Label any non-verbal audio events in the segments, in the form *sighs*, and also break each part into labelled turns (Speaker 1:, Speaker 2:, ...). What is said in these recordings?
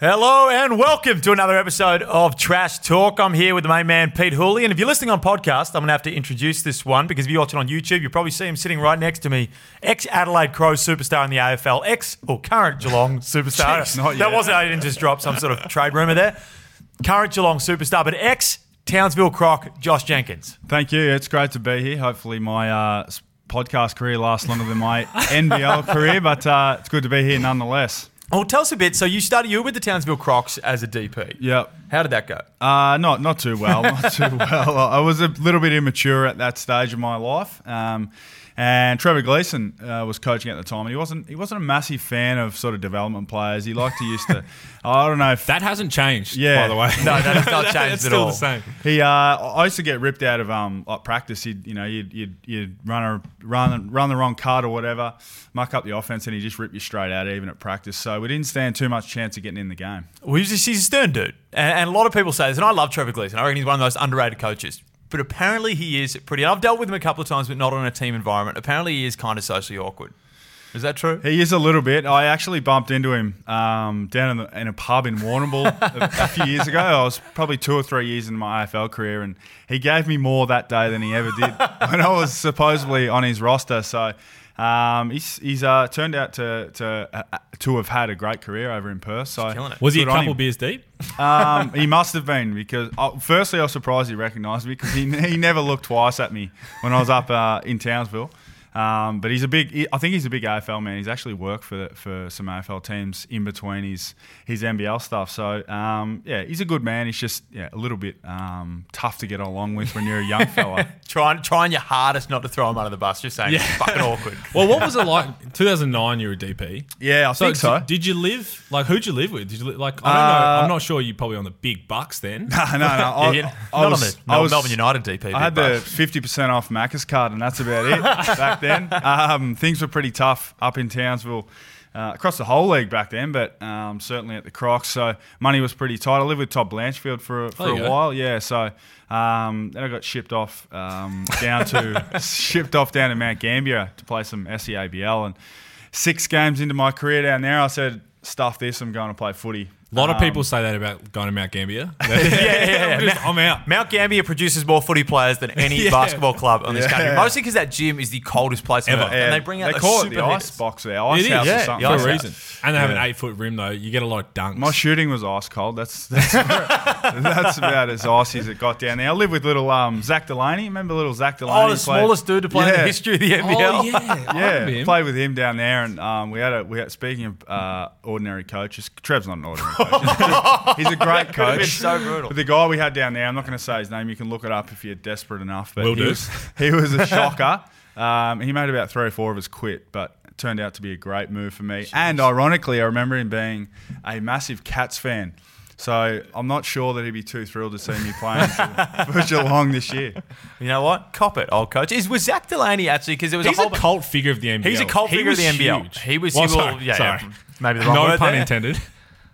Speaker 1: Hello and welcome to another episode of Trash Talk. I'm here with the main man, Pete Hooley. And if you're listening on podcast, I'm going to have to introduce this one because if you're watching on YouTube, you probably see him sitting right next to me. Ex Adelaide Crows superstar in the AFL, ex or current
Speaker 2: *laughs*
Speaker 1: Geelong superstar.
Speaker 3: Jeez, not
Speaker 1: that
Speaker 3: yet.
Speaker 1: wasn't, I didn't just drop some sort of trade rumor there. Current Geelong superstar, but ex Townsville Croc, Josh Jenkins.
Speaker 3: Thank you. It's great to be here. Hopefully, my uh, s- podcast career lasts longer than
Speaker 2: *laughs*
Speaker 3: my NBL career, but uh, it's good to be here nonetheless.
Speaker 1: Well, tell us a bit. So you started, you were with the Townsville Crocs as a DP.
Speaker 3: Yep.
Speaker 1: How did that go?
Speaker 3: Uh, not not too well, not too *laughs* well. I was a little bit immature at that stage of my life, um, and Trevor Gleeson uh, was coaching at the time. And he wasn't he wasn't a massive fan of sort of development players. He liked to used
Speaker 2: *laughs*
Speaker 3: to, I don't know, if
Speaker 2: That hasn't changed,
Speaker 3: Yeah.
Speaker 2: by the way.
Speaker 1: No, that has
Speaker 2: *laughs*
Speaker 1: not changed
Speaker 2: it's
Speaker 1: at
Speaker 2: still
Speaker 1: all.
Speaker 2: the same.
Speaker 3: He, uh, I used to get ripped out of um like practice. He'd, you know, you'd, you'd, you'd run a run run the wrong card or whatever, muck up the offense, and he'd just rip you straight out even at practice. So we didn't stand too much chance of getting in the game.
Speaker 1: Well, he's, just, he's a stern dude. And, and a lot of people say this, and I love Trevor Gleason. I reckon he's one of the most underrated coaches. But apparently he is pretty. I've dealt with him a couple of times, but not on a team environment. Apparently he is kind of socially awkward. Is that true?
Speaker 3: He is a little bit. I actually bumped into him um, down in, the, in a pub in Warrnambool a, a few years ago. I was probably two or three years in my AFL career, and he gave me more that day than he ever
Speaker 1: *laughs*
Speaker 3: did when I was supposedly on his roster. So um, he's, he's uh, turned out to to uh, to have had a great career over in Perth. So
Speaker 1: killing it.
Speaker 2: Was he a
Speaker 3: good on
Speaker 2: couple
Speaker 3: him.
Speaker 2: beers deep?
Speaker 3: Um, he must have been because uh, firstly, I was surprised he recognised me because he, he never looked twice at me when I was up uh, in Townsville. Um, but he's a big. he- I think he's a big AFL man. He's actually worked for the, for some AFL teams in between his his NBL stuff. So um, yeah, he's a good man. He's just yeah a little bit um, tough to get along with when you're a
Speaker 1: *laughs*
Speaker 3: young fella.
Speaker 1: Trying, trying your hardest not to throw him under the bus. Just saying, it's fucking awkward.
Speaker 2: Well, what was it like? *laughs* 2009, you were a DP.
Speaker 3: yeah, I think so.
Speaker 2: d- Did you live like who'd you live with? Did you li- like I don't know. I'm not sure. You probably on the big bucks then.
Speaker 3: *laughs* no, no, I,
Speaker 1: Yeah,
Speaker 3: *laughs* I
Speaker 1: not
Speaker 3: was-
Speaker 1: on the
Speaker 3: I
Speaker 1: Mel-
Speaker 3: was-
Speaker 1: Melbourne United DP.
Speaker 3: I had
Speaker 1: but-
Speaker 3: the fifty percent off Macca's card, and that's about it
Speaker 1: *laughs*
Speaker 3: back then. Um, things were pretty tough up in Townsville, uh, across the whole league back then, but um, certainly at the Crocs. So money was pretty tight. I lived with Todd Blanchfield for a, for
Speaker 1: Oh,
Speaker 2: There you
Speaker 3: a
Speaker 2: go.
Speaker 3: while, yeah. So um, then I got shipped off um, down to
Speaker 1: *laughs*
Speaker 3: shipped off down to Mount Gambier to play some E SEABL, and six games into my career down there, I said, "Stuff this, I'm going to play footy."
Speaker 2: A lot of people say that about going to Mount Gambier. *laughs* yeah,
Speaker 1: *laughs* yeah,
Speaker 3: *laughs*
Speaker 2: I'm, just- I'm out.
Speaker 1: Mount Gambier produces more footy players than any
Speaker 2: Yeah.
Speaker 1: basketball club on this
Speaker 3: Yeah.
Speaker 1: country, mostly because that gym is the coldest place ever.
Speaker 2: Ever.
Speaker 1: And they bring out
Speaker 3: they
Speaker 1: the
Speaker 3: call
Speaker 1: super
Speaker 3: it the ice
Speaker 1: hitters.
Speaker 3: box there, ice
Speaker 2: It is,
Speaker 3: house
Speaker 1: yeah,
Speaker 3: or something.
Speaker 1: the
Speaker 2: For
Speaker 1: ice
Speaker 2: a
Speaker 1: house.
Speaker 2: reason. And they have an eight foot rim though. You get a lot of dunks.
Speaker 3: My shooting was ice cold. That's that's, *laughs* that's about as icy as it got down there. I live with little um, Zach Delaney. Remember little Zach Delaney?
Speaker 1: Oh,
Speaker 3: He
Speaker 1: the
Speaker 3: played-
Speaker 1: smallest dude to play in
Speaker 3: Yeah.
Speaker 1: the history of the
Speaker 2: oh
Speaker 1: NBL.
Speaker 2: yeah,
Speaker 3: *laughs*
Speaker 2: I
Speaker 3: Yeah,
Speaker 2: remember him.
Speaker 3: played with him down there, and um, we had a we had, speaking of uh, ordinary coaches. Trev's not an ordinary
Speaker 1: *laughs*
Speaker 3: coach. He's a great
Speaker 1: Could have been
Speaker 3: coach.
Speaker 1: so brutal.
Speaker 3: But the guy we had down there, I'm not going to say his name. You can look it up if you're desperate enough. But
Speaker 2: Will
Speaker 3: he
Speaker 2: do.
Speaker 3: was he was
Speaker 2: *laughs*
Speaker 3: a shocker. Um, he made about three or four of us quit, but it turned out to be a great move for me. And ironically, I remember him being a massive Cats fan. So I'm not sure that he'd be too thrilled to see me playing
Speaker 2: *laughs*
Speaker 3: for, for Geelong this year.
Speaker 1: You know what? Cop it, old coach. Is was Zach Delaney actually? Because there was
Speaker 2: He's
Speaker 1: a whole.
Speaker 2: a cult figure of the NBL.
Speaker 1: he's a cult
Speaker 2: He
Speaker 1: figure of
Speaker 2: was
Speaker 1: the NBL.
Speaker 2: huge.
Speaker 1: He was.
Speaker 2: Well,
Speaker 1: he will,
Speaker 2: sorry,
Speaker 1: yeah,
Speaker 2: sorry.
Speaker 1: yeah, maybe the wrong
Speaker 2: No
Speaker 1: word
Speaker 2: pun
Speaker 1: there.
Speaker 2: intended.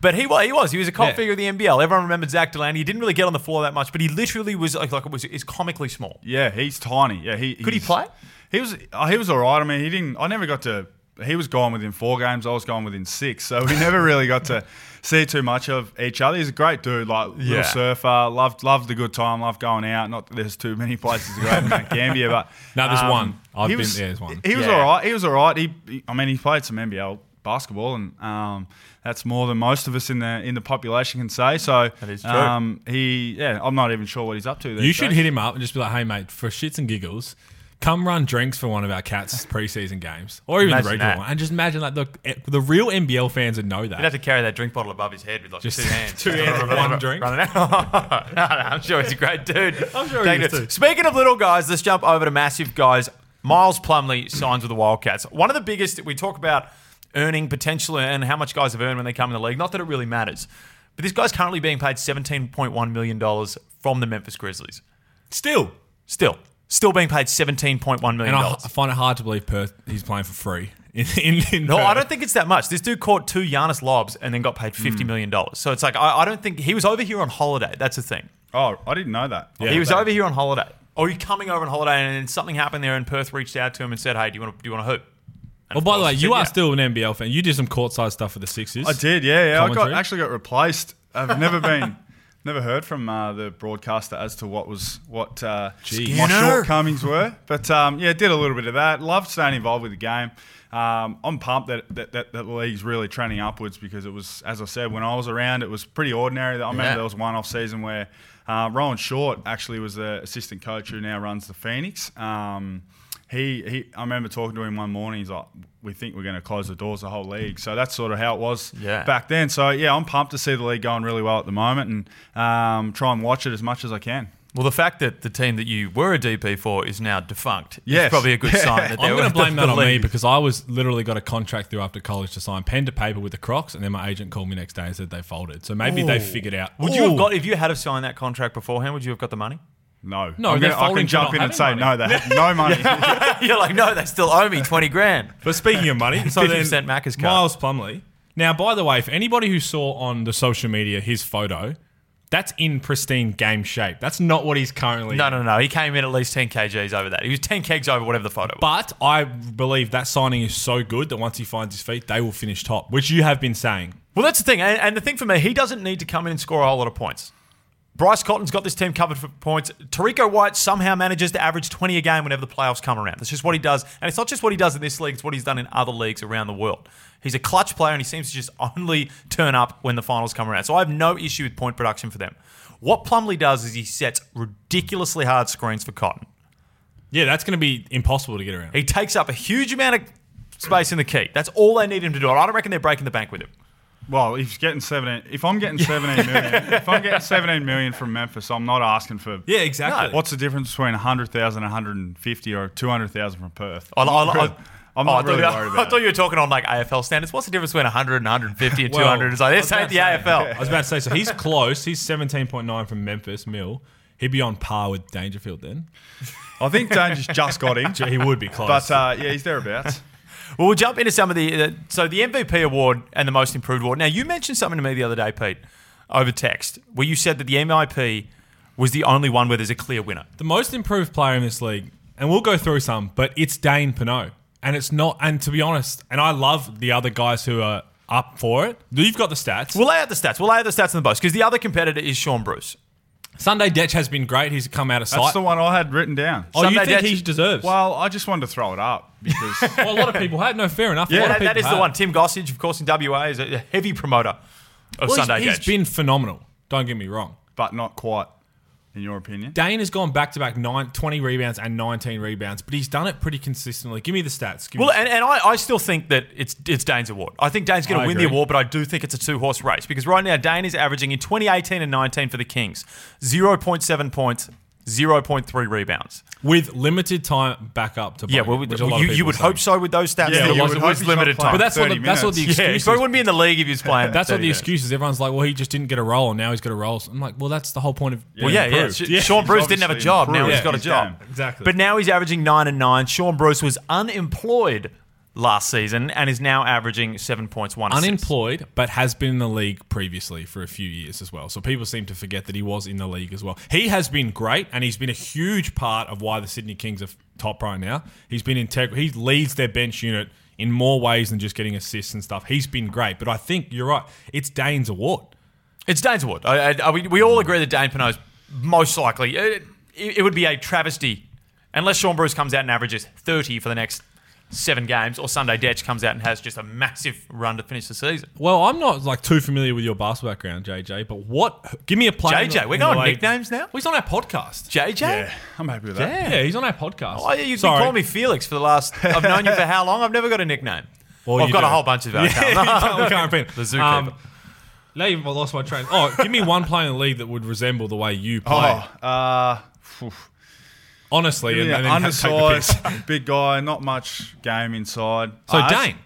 Speaker 1: But he was. He was. He was a cult
Speaker 2: Yeah.
Speaker 1: figure of the NBL. Everyone remembered Zach Delaney. He didn't really get on the floor that much, but he literally was like, like it was is comically small.
Speaker 3: Yeah, he's tiny. Yeah, he
Speaker 1: Could he
Speaker 3: he's-
Speaker 1: play?
Speaker 3: He was oh, he was all right. I mean, he didn't. I never got to. He was gone within four games. I was gone within six. So we *laughs* never really got to see too much of each other. He's a great dude. Like
Speaker 1: Yeah.
Speaker 3: little surfer. Loved loved the good time. Loved going out. Not that there's too many places to go in Mount Gambier,
Speaker 1: *laughs*
Speaker 3: but
Speaker 2: No, there's
Speaker 3: um,
Speaker 2: one. I've
Speaker 3: he
Speaker 2: been
Speaker 3: was-
Speaker 2: there. There's one.
Speaker 3: He was
Speaker 1: Yeah.
Speaker 3: all right. He was all right. He, he- I mean, he played some NBL basketball, and um, that's more than most of us in the in the population can say. So
Speaker 1: That is true.
Speaker 3: Um, he, yeah, I'm not even sure what he's up to.
Speaker 2: You should hit him up and just be like, "Hey, mate, for shits and giggles, come run drinks for one of our
Speaker 1: *laughs*
Speaker 2: cats' preseason games, or even
Speaker 1: Imagine
Speaker 2: the regular
Speaker 1: that.
Speaker 2: one." And just imagine like the the real NBL fans would know
Speaker 1: He'd have
Speaker 2: that.
Speaker 1: to carry that drink bottle above his head with like
Speaker 2: Just
Speaker 1: two hands.
Speaker 2: *laughs* two hands and one drink.
Speaker 1: Running out. *laughs* no, no, I'm sure he's a great dude. I'm
Speaker 2: sure he is too.
Speaker 1: Speaking of little guys, let's jump over to massive guys. Miles Plumley signs with the Wildcats. One of the biggest, we talk about earning potential and how much guys have earned when they come in the league. Not that it really matters. But this guy's currently being paid $17.1 million from the Memphis Grizzlies.
Speaker 2: Still,
Speaker 1: Still. Still being paid $17.1 million.
Speaker 2: and I, I find it hard to believe Perth he's playing for free. *laughs* In, in, in
Speaker 1: No,
Speaker 2: Perth.
Speaker 1: I don't think it's that much. This dude caught two Giannis lobs and then got paid fifty
Speaker 2: Hmm.
Speaker 1: million dollars. So it's like I, I don't think he was over here on holiday. That's the thing.
Speaker 3: Oh, I didn't know that.
Speaker 2: Yeah.
Speaker 1: he was over here on Oh, holiday, or he coming over on holiday, and then something happened there, and Perth reached out to him and said, "Hey, do you want to do you want to hoop?" And
Speaker 2: Well,
Speaker 1: of
Speaker 2: by the
Speaker 1: course,
Speaker 2: way,
Speaker 1: he
Speaker 2: you
Speaker 1: said,
Speaker 2: are
Speaker 1: "Yeah."
Speaker 2: still an NBL fan. You did some courtside stuff for the Sixers.
Speaker 3: I did, yeah, yeah. I
Speaker 2: Commentary?
Speaker 3: got actually got replaced. I've never been, never heard from uh, the broadcaster as to what was what uh,
Speaker 2: Jeez.
Speaker 3: my
Speaker 1: Skinner.
Speaker 3: shortcomings were. But um, yeah, did a little bit of that. Loved staying involved with the game. Um, I'm pumped that, that, that, that the league's really trending upwards because it was, as I said, when I was around, it was pretty ordinary. I remember
Speaker 1: Yeah.
Speaker 3: there was one off season where uh, Rowan Short actually was the assistant coach who now runs the Phoenix. Um, he, he, I remember talking to him one morning. He's like, "We think we're going to close the doors the whole league." So that's sort of how it was
Speaker 1: Yeah.
Speaker 3: back then. So yeah, I'm pumped to see the league going really well at the moment, and um, try and watch it as much as I can.
Speaker 1: Well, the fact that the team that you were a DP for is now defunct is
Speaker 3: Yes.
Speaker 1: probably a good sign. That they
Speaker 2: I'm
Speaker 1: were
Speaker 2: going to blame
Speaker 1: the
Speaker 2: that on me
Speaker 1: league.
Speaker 2: because I was literally got a contract through after college to sign pen to paper with the Crocs, and then my agent called me next day and said they folded. So maybe they figured out.
Speaker 1: Would you have
Speaker 2: Ooh.
Speaker 1: got if you had have signed that contract beforehand? Would you have got the money? *laughs*
Speaker 3: No,
Speaker 2: No,
Speaker 3: I'm
Speaker 2: they're
Speaker 3: gonna, I can
Speaker 2: folding for
Speaker 3: jump
Speaker 2: not
Speaker 3: in and say
Speaker 2: having
Speaker 3: no. They had no money.
Speaker 1: You're like, no, they still owe me twenty grand.
Speaker 2: But speaking of money, so then
Speaker 1: 50% Macca's card.
Speaker 2: Miles Plumley. Now, by the way, for anybody who saw on the social media his photo, that's in pristine game shape. That's not what he's currently.
Speaker 1: No, no, no. He came in at least ten kgs over that. He was ten kegs over whatever the photo was.
Speaker 2: But I believe that signing is so good that once he finds his feet, they will finish top, which you have been saying.
Speaker 1: Well, that's the thing, and, and the thing for me, he doesn't need to come in and score a whole lot of points. Bryce Cotton's got this team covered for points. Tariko White somehow manages to average 20 a game whenever the playoffs come around. That's just what he does. And it's not just what he does in this league, it's what he's done in other leagues around the world. He's a clutch player and he seems to just only turn up when the finals come around. So I have no issue with point production for them. What Plumley does is he sets ridiculously hard screens for Cotton.
Speaker 2: Yeah, that's going to be impossible to get around.
Speaker 1: He takes up a huge amount of space in the key. That's all they need him to do. And I don't reckon they're breaking the bank with him.
Speaker 3: well, if he's getting seventeen, if I'm getting seventeen million, if I'm getting seventeen million from Memphis, I'm not asking for.
Speaker 2: Yeah, exactly.
Speaker 3: What's the difference between 100,000, 150, or 200,000 from Perth?
Speaker 1: I, I, I,
Speaker 3: I'm
Speaker 1: oh,
Speaker 3: not
Speaker 1: I thought
Speaker 3: really
Speaker 1: you- *laughs*
Speaker 3: worried
Speaker 1: I
Speaker 3: about
Speaker 1: thought
Speaker 3: it.
Speaker 1: you were talking on like AFL standards. What's the difference between 100 and 150 and
Speaker 2: Well,
Speaker 1: 200? It's like,
Speaker 2: I
Speaker 1: this
Speaker 2: was
Speaker 1: ain't the
Speaker 2: about to
Speaker 1: AFL.
Speaker 2: I was about to say, so he's close. He's 17.9 from Memphis, Mill. He'd be on par with Dangerfield then.
Speaker 3: I think Danger's just got
Speaker 2: *laughs*
Speaker 3: him,
Speaker 2: He would be close.
Speaker 3: but uh, yeah, he's thereabouts.
Speaker 1: Well, we'll jump into some of the uh, so the MVP award and the most improved award. Now, you mentioned something to me the other day, Pete, over text, where you said that the MIP was the only one where there's a clear winner.
Speaker 2: The most improved player in this league, and we'll go through some, but it's Dane Pinot. And it's not, and to be honest, and I love the other guys who are up for it. You've got the stats.
Speaker 1: We'll lay out the stats. We'll lay out the stats in the post because the other competitor is Sean Bruce.
Speaker 2: Sunday Detch has been great. He's come out of sight.
Speaker 3: That's the one I had written down.
Speaker 2: oh, you
Speaker 1: Sunday
Speaker 2: think
Speaker 1: Detch-
Speaker 2: he deserves? Well,
Speaker 3: Well, I just wanted to throw it up because
Speaker 2: a
Speaker 1: *laughs*
Speaker 2: lot of people had. No, fair enough. a
Speaker 3: Yeah,
Speaker 2: lot of
Speaker 1: That- that
Speaker 2: people
Speaker 1: is the
Speaker 2: had.
Speaker 1: one. Tim Gossage, of course, in WA, is a heavy promoter of
Speaker 2: Well, he's-
Speaker 1: Sunday
Speaker 2: he's
Speaker 1: Ditch.
Speaker 2: been phenomenal. Don't get me wrong.
Speaker 3: but not quite, in your opinion.
Speaker 2: Dane has gone back to back nine, 20 rebounds and 19 rebounds, but he's done it pretty consistently. Give me the stats. Give me
Speaker 1: Well,
Speaker 2: the-
Speaker 1: and, and I, I still think that it's it's Dane's award. I think Dane's going to
Speaker 2: I
Speaker 1: win the
Speaker 2: agree.
Speaker 1: award, but I do think it's a two horse race because right now Dane is averaging in 2018 and 19 for the Kings 0.7 points, 0.3 rebounds.
Speaker 2: with limited time back up to
Speaker 1: Yeah,
Speaker 2: Bogut,
Speaker 1: well,
Speaker 2: which a
Speaker 1: you,
Speaker 2: lot of
Speaker 1: you
Speaker 2: people
Speaker 1: would
Speaker 2: say.
Speaker 1: hope so with those stats.
Speaker 3: Yeah,
Speaker 1: that
Speaker 3: you
Speaker 1: it was,
Speaker 3: would
Speaker 1: it
Speaker 3: hope
Speaker 1: was
Speaker 3: he's not
Speaker 1: limited
Speaker 3: playing.
Speaker 1: time.
Speaker 2: But that's what
Speaker 3: 30
Speaker 2: the, that's what the
Speaker 3: minutes.
Speaker 1: yeah,
Speaker 2: excuse
Speaker 1: he probably wouldn't be in the league if he was *laughs* playing.
Speaker 2: That's what
Speaker 1: 30
Speaker 2: the
Speaker 1: minutes.
Speaker 2: excuse is. Everyone's like, well, he just didn't get a role, and now he's got a role. So I'm like, well, that's the whole point of.
Speaker 1: Well, yeah, yeah. Sh- Sean
Speaker 3: He's
Speaker 1: Bruce didn't have a
Speaker 3: obviously
Speaker 1: job. Now
Speaker 3: improved
Speaker 1: he's got a
Speaker 3: his
Speaker 1: job.
Speaker 3: game.
Speaker 2: Exactly.
Speaker 1: But now he's averaging nine and nine. Sean Bruce was unemployed last season and is now averaging seven points one. assist.
Speaker 2: Unemployed, but has been in the league previously for a few years as well. So people seem to forget that he was in the league as well. He has been great, and he's been a huge part of why the Sydney Kings are top right now. He's been integral. He leads their bench unit in more ways than just getting assists and stuff. He's been great, but I think you're right. It's Dane's award.
Speaker 1: It's Dane's award. I, I, I- we, we all agree that Dane Pinot's most likely. uh, It, it, it would be a travesty unless Sean Bruce comes out and averages 30 for the next seven games, or Sunday Detch comes out and has just a massive run to finish the season.
Speaker 2: Well, I'm not like too familiar with your basketball background, JJ. But what? Give me a player. in
Speaker 1: JJ,
Speaker 2: the-
Speaker 1: we're
Speaker 2: in the
Speaker 1: going
Speaker 2: league-
Speaker 1: nicknames now?
Speaker 2: Well, he's on our podcast.
Speaker 1: JJ?
Speaker 3: Yeah, I'm happy with that.
Speaker 2: Yeah, he's on our podcast.
Speaker 1: Why Oh, you've
Speaker 2: Sorry.
Speaker 1: been calling me Felix for the last? I've known you for how long? I've never got a nickname.
Speaker 2: Well,
Speaker 1: I've
Speaker 2: you
Speaker 1: got a
Speaker 2: do.
Speaker 1: whole bunch of them.
Speaker 2: *laughs* Yeah, we can't repeat.
Speaker 1: *laughs* The zookeeper.
Speaker 2: now you've lost my train. Oh, give me one player in the league that would resemble the way you play.
Speaker 3: Oh, uh, phew.
Speaker 2: Honestly, and,
Speaker 3: yeah,
Speaker 2: and then take the piss.
Speaker 3: undersized, *laughs* big guy, not much game inside.
Speaker 2: So
Speaker 3: Uh,
Speaker 2: Dane,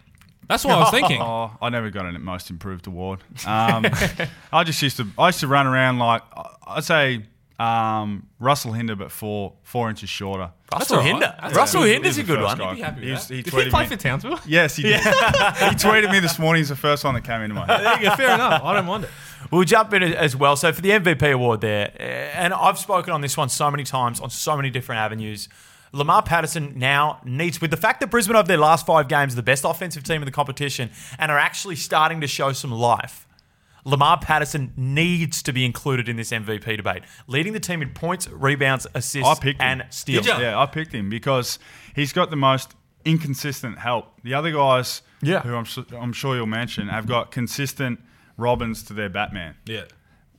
Speaker 2: that's what I
Speaker 1: *laughs*
Speaker 2: was thinking.
Speaker 3: Oh, I never got a most improved award. Um, *laughs* I just used to, I used to run around like I- I'd say um, Russell Hinder, but four four inches shorter.
Speaker 1: Russell
Speaker 2: all right.
Speaker 1: Hinder.
Speaker 2: That's
Speaker 1: Russell
Speaker 2: all right.
Speaker 1: Hinder's a
Speaker 3: He's
Speaker 1: good
Speaker 3: the
Speaker 1: one.
Speaker 3: first guy.
Speaker 2: You'd be happy with
Speaker 3: He was-
Speaker 2: that.
Speaker 3: he
Speaker 2: Did
Speaker 3: tweeted
Speaker 2: he play
Speaker 3: me-
Speaker 2: for Townsville?
Speaker 1: *laughs*
Speaker 3: Yes, he did. *laughs* he tweeted me this morning. He's the first one that came into my head.
Speaker 2: There you go, fair enough. I don't mind it.
Speaker 1: We'll jump in as well. So for the MVP award there, eh, and I've spoken on this one so many times on so many different avenues. Lamar Patterson now needs, with the fact that Brisbane over their last five games are the best offensive team in the competition and are actually starting to show some life. Lamar Patterson needs to be included in this MVP debate, leading the team in points, rebounds,
Speaker 3: I
Speaker 1: assists,
Speaker 3: picked
Speaker 1: and
Speaker 3: him.
Speaker 1: steals.
Speaker 2: Did ya?
Speaker 3: Yeah, I picked him because he's got the most inconsistent help. The other guys,
Speaker 1: Yeah.
Speaker 3: who I'm, su- I'm sure you'll mention, have got consistent Robins to their Batman.
Speaker 2: Yeah.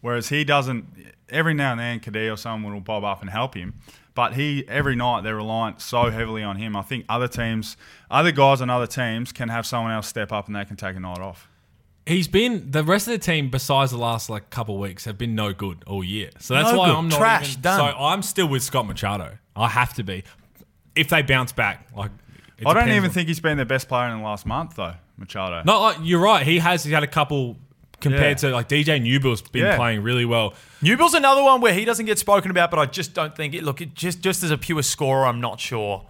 Speaker 3: Whereas he doesn't. Every now and then, Kadee or someone will bob up and help him. But he every night they're reliant so heavily on him. I think other teams, other guys on other teams, can have someone else step up and they can take a night off.
Speaker 2: He's been the rest of the team besides the last like couple weeks have been no good all year. So that's
Speaker 1: No
Speaker 2: why
Speaker 1: good.
Speaker 2: I'm not
Speaker 1: Trash.
Speaker 2: even-
Speaker 1: Done.
Speaker 2: So I'm still with Scott Machado. I have to be. If they bounce back, like it
Speaker 3: I don't
Speaker 2: depends
Speaker 3: even
Speaker 2: on-
Speaker 3: think he's been the best player in the last month though, Machado.
Speaker 2: No, like, you're right. He has. He's had a couple compared
Speaker 3: Yeah.
Speaker 2: to like DJ Newbill's been
Speaker 3: Yeah.
Speaker 2: playing really well.
Speaker 1: Newbill's another one where he doesn't get spoken about, but I just don't think it. Look, it just just as a pure scorer, I'm not sure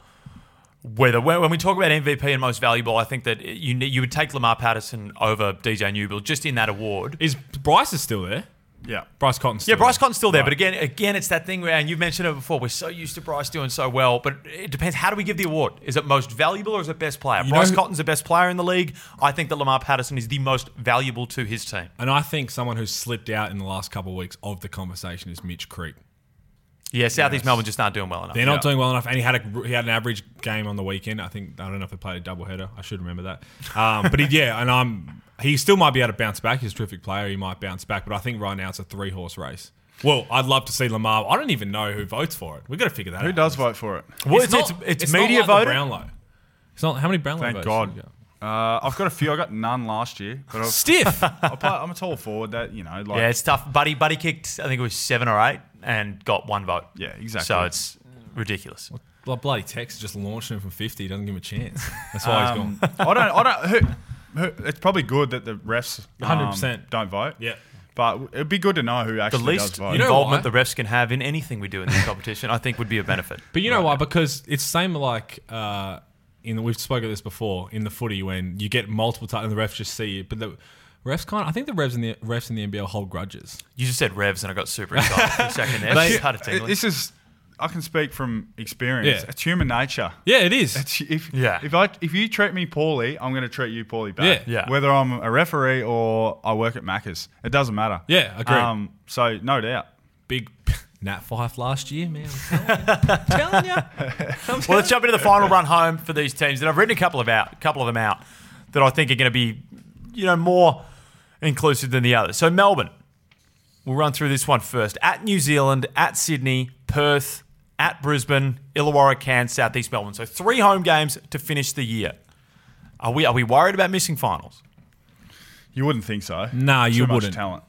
Speaker 1: whether when, when we talk about MVP and most valuable, I think that you ne- you would take Lamar Patterson over DJ Newbill just in that award.
Speaker 2: Is Bryce is still there?
Speaker 3: Yeah.
Speaker 2: Bryce Cotton's still
Speaker 1: Yeah, Bryce
Speaker 2: there.
Speaker 1: Cotton's still there,
Speaker 2: Right.
Speaker 1: but again, again, it's that thing where, and you've mentioned it before, we're so used to Bryce doing so well, but it depends. How do we give the award? Is it most valuable or is it best player?
Speaker 2: You
Speaker 1: Bryce
Speaker 2: know-
Speaker 1: Cotton's the best player in the league. I think that Lamar Patterson is the most valuable to his team.
Speaker 2: and I think someone who's slipped out in the last couple of weeks of the conversation is Mitch Creek.
Speaker 1: Yeah, Southeast Melbourne just aren't doing well enough.
Speaker 2: They're not doing well enough, and he had a he had an average game on the weekend. I think I don't know if they played a double header. I should remember that. Um, but he, yeah, and I'm he still might be able to bounce back. He's a terrific player. He might bounce back, but I think right now it's a three horse race. Well, I'd love to see Lamar. I don't even know who votes for it. We've got to figure that out.
Speaker 3: Who does vote for it?
Speaker 1: Well, it's, it's,
Speaker 2: not-
Speaker 1: it's
Speaker 2: not
Speaker 1: media
Speaker 2: like the
Speaker 1: voted.
Speaker 2: Brownlow. It's not how many Brownlow
Speaker 3: Thank
Speaker 2: votes.
Speaker 3: God.
Speaker 2: Yeah.
Speaker 3: Uh, I've got a few. I got none last year, but I've,
Speaker 2: Stiff.
Speaker 3: I play, I'm a tall forward. That you know, like
Speaker 1: Yeah, it's tough. Buddy, Buddy kicked. I think it was seven or eight, and got one vote.
Speaker 3: Yeah, exactly.
Speaker 1: So it's ridiculous.
Speaker 2: Blo- bloody Tex just launched him from fifty. Doesn't give him a chance. That's why he's
Speaker 3: um,
Speaker 2: gone.
Speaker 3: I don't. I don't. Who, who, it's probably good that the refs um,
Speaker 2: 100%.
Speaker 3: don't vote.
Speaker 2: Yeah.
Speaker 3: but it'd be good to know who
Speaker 1: The
Speaker 3: actually
Speaker 1: least
Speaker 3: does vote.
Speaker 2: You know
Speaker 1: involvement
Speaker 2: why?
Speaker 1: the refs can have in anything we do in this competition, I think, would be a benefit.
Speaker 2: But you know why? Because it's same like uh, in the, we've spoken this before in the footy when you get multiple times and the refs just see it, but the refs kind. I think the refs in the refs in the NBL hold grudges.
Speaker 1: You just said revs, and I got super excited for a second there.
Speaker 3: They-
Speaker 1: Just started tingling.
Speaker 3: this is. I can speak from experience.
Speaker 2: Yeah.
Speaker 3: It's human nature.
Speaker 2: Yeah, it is.
Speaker 3: It's, if
Speaker 1: Yeah.
Speaker 3: if I if you treat me poorly, I'm going to treat you poorly back.
Speaker 2: Yeah.
Speaker 1: Yeah.
Speaker 3: Whether I'm a referee or I work at Macca's, it doesn't matter. Um,
Speaker 2: Yeah, agreed.
Speaker 3: so no doubt.
Speaker 2: Big *laughs* Nat Fife last year, man. I'm telling you. I'm telling
Speaker 1: Well,
Speaker 2: you.
Speaker 1: let's jump into the final run home for these teams that I've written a couple of out, couple of them out that I think are going to be, you know, more inclusive than the others. So Melbourne, we'll run through this one first. At New Zealand, at Sydney, Perth, at Brisbane, Illawarra, Cairns, Southeast Melbourne. So three home games to finish the year. Are we are we worried about missing finals?
Speaker 3: You wouldn't think so.
Speaker 2: Nah, you
Speaker 3: Too much
Speaker 2: wouldn't.
Speaker 3: Talent.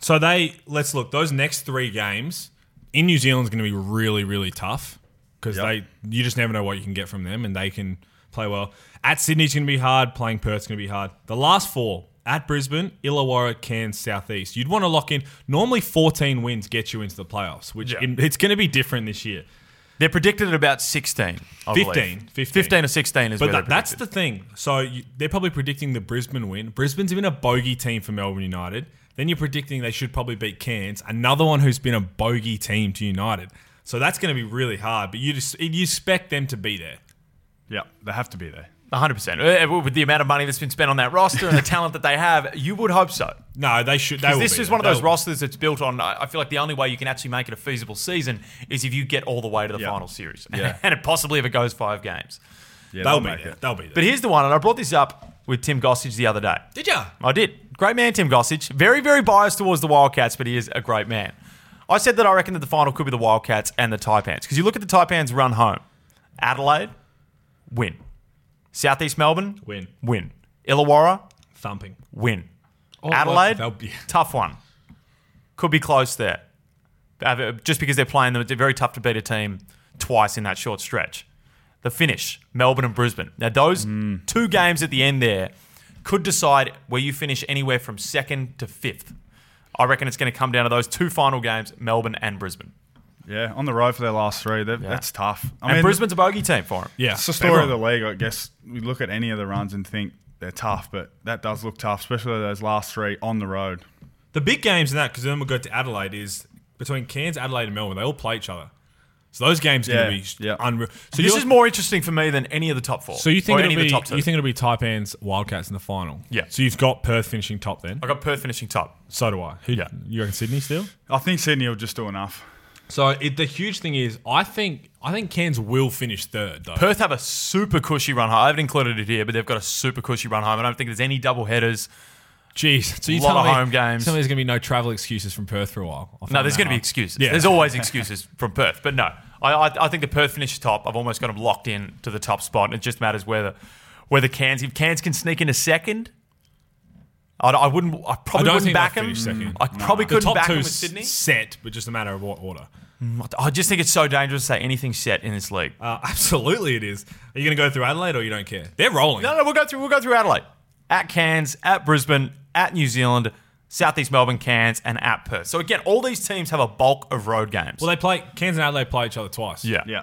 Speaker 2: So they let's look those next three games in New Zealand's going to be really really tough because
Speaker 3: Yep.
Speaker 2: they you just never know what you can get from them and they can play well. At Sydney's going to be hard. Playing Perth's going to be hard. The last four at Brisbane, Illawarra, Cairns, Southeast. You'd want to lock in. Normally, 14 wins get you into the playoffs, which
Speaker 1: Yeah.
Speaker 2: in- it's going to be different this year.
Speaker 1: They're predicted at about 16. I believe.
Speaker 2: 15, 15.
Speaker 1: 15 or 16 is
Speaker 2: But
Speaker 1: where
Speaker 2: that,
Speaker 1: they're
Speaker 2: that's the thing. So you, they're probably predicting the Brisbane win. Brisbane's been a bogey team for Melbourne United. Then you're predicting they should probably beat Cairns, another one who's been a bogey team to United. So that's going to be really hard. But you just you expect them to be there.
Speaker 3: Yeah, they have to be there.
Speaker 1: hundred percent. Uh, With the amount of money that's been spent on that roster and the talent that they have, you would hope so.
Speaker 2: No, they should. They will
Speaker 1: Because this
Speaker 2: be
Speaker 1: is
Speaker 2: there.
Speaker 1: one of those
Speaker 2: They will-
Speaker 1: rosters that's built on. I I feel like the only way you can actually make it a feasible season is if you get all the way to the
Speaker 3: Yeah.
Speaker 1: final series, *laughs*
Speaker 3: Yeah.
Speaker 1: and it possibly if it goes five games.
Speaker 3: Yeah,
Speaker 2: They'll,
Speaker 3: they'll
Speaker 2: be
Speaker 3: make
Speaker 2: there.
Speaker 3: it.
Speaker 2: They'll be there.
Speaker 1: But here's the one, and I brought this up with Tim Gossage the other day.
Speaker 2: Did ya?
Speaker 1: I did. Great man, Tim Gossage. Very, very biased towards the Wildcats, but he is a great man. I said that I reckon that the final could be the Wildcats and the Taipans because you look at the Taipans run home. Adelaide, win. Southeast Melbourne,
Speaker 2: Win.
Speaker 1: Win. Illawarra,
Speaker 2: Thumping.
Speaker 1: win.
Speaker 2: well,
Speaker 1: Oh, Adelaide,
Speaker 2: that'll be-
Speaker 1: tough one. Could be close there. Uh, Just because they're playing them, it's very tough to beat a team twice in that short stretch. The finish, Melbourne and Brisbane. Now, those
Speaker 2: Mm.
Speaker 1: two games at the end there could decide where you finish anywhere from second to fifth. I reckon it's going to come down to those two final games, Melbourne and Brisbane.
Speaker 3: Yeah, on the road for their last three. They've- That's tough. I
Speaker 1: and
Speaker 3: mean,
Speaker 1: Brisbane's a bogey team for them.
Speaker 2: Yeah.
Speaker 3: It's the story of the league, I guess. We look at any of the runs and think they're tough, but that does look tough, especially those last three on the road.
Speaker 2: The big games in that, because then we'll go to Adelaide, is between Cairns, Adelaide, and Melbourne. They all play each other. So those games are
Speaker 3: Yeah,
Speaker 2: going to be
Speaker 3: yeah.
Speaker 2: unreal. So
Speaker 1: This
Speaker 2: you're-
Speaker 1: is more interesting for me than any of the top four.
Speaker 2: So you think
Speaker 1: or
Speaker 2: it'll
Speaker 1: any
Speaker 2: be
Speaker 1: of the top two?
Speaker 2: you think it'll be Taipans Wildcats in the final?
Speaker 1: Yeah.
Speaker 2: So you've got Perth finishing top then.
Speaker 1: I got Perth finishing top.
Speaker 2: So do I. Who,
Speaker 1: Yeah.
Speaker 2: You reckon Sydney still?
Speaker 3: I think Sydney will just do enough.
Speaker 2: So it, the huge thing is, I think I think Cairns will finish third though.
Speaker 1: Perth have a super cushy run home. I haven't included it here, but they've got a super cushy run home. I don't think there's any double headers.
Speaker 2: Jeez. So you
Speaker 1: Lot
Speaker 2: tell
Speaker 1: of
Speaker 2: me,
Speaker 1: home games.
Speaker 2: Tell me there's going to be no travel excuses from Perth for a while.
Speaker 1: No,
Speaker 2: I find
Speaker 1: there's
Speaker 2: that
Speaker 1: going to be
Speaker 2: hard.
Speaker 1: excuses.
Speaker 2: Yeah.
Speaker 1: There's always excuses from Perth, but no, I, I, I think the Perth finish top. I've almost got them locked in to the top spot. It just matters whether whether Cairns if Cairns can sneak in a second. I, I wouldn't. I
Speaker 2: I
Speaker 1: probably
Speaker 2: don't
Speaker 1: wouldn't
Speaker 2: think
Speaker 1: back
Speaker 2: they'll
Speaker 1: them.
Speaker 2: finish second.
Speaker 1: I probably
Speaker 2: The
Speaker 1: couldn't
Speaker 2: top
Speaker 1: back
Speaker 2: two
Speaker 1: them with
Speaker 2: s- Mm.
Speaker 1: Sydney.
Speaker 2: set, but just a matter of what order. *laughs*
Speaker 1: I just think it's so dangerous to say anything set in this league.
Speaker 2: Uh, absolutely, it is. Are you going to go through Adelaide or you don't care? They're rolling.
Speaker 1: No, no, we'll go through. We'll go through Adelaide, at Cairns, at Brisbane, at New Zealand, Southeast Melbourne, Cairns, and at Perth. So again, all these teams have a bulk of road games.
Speaker 2: Well, they play Cairns and Adelaide play each other twice.
Speaker 1: yeah,
Speaker 3: Yeah,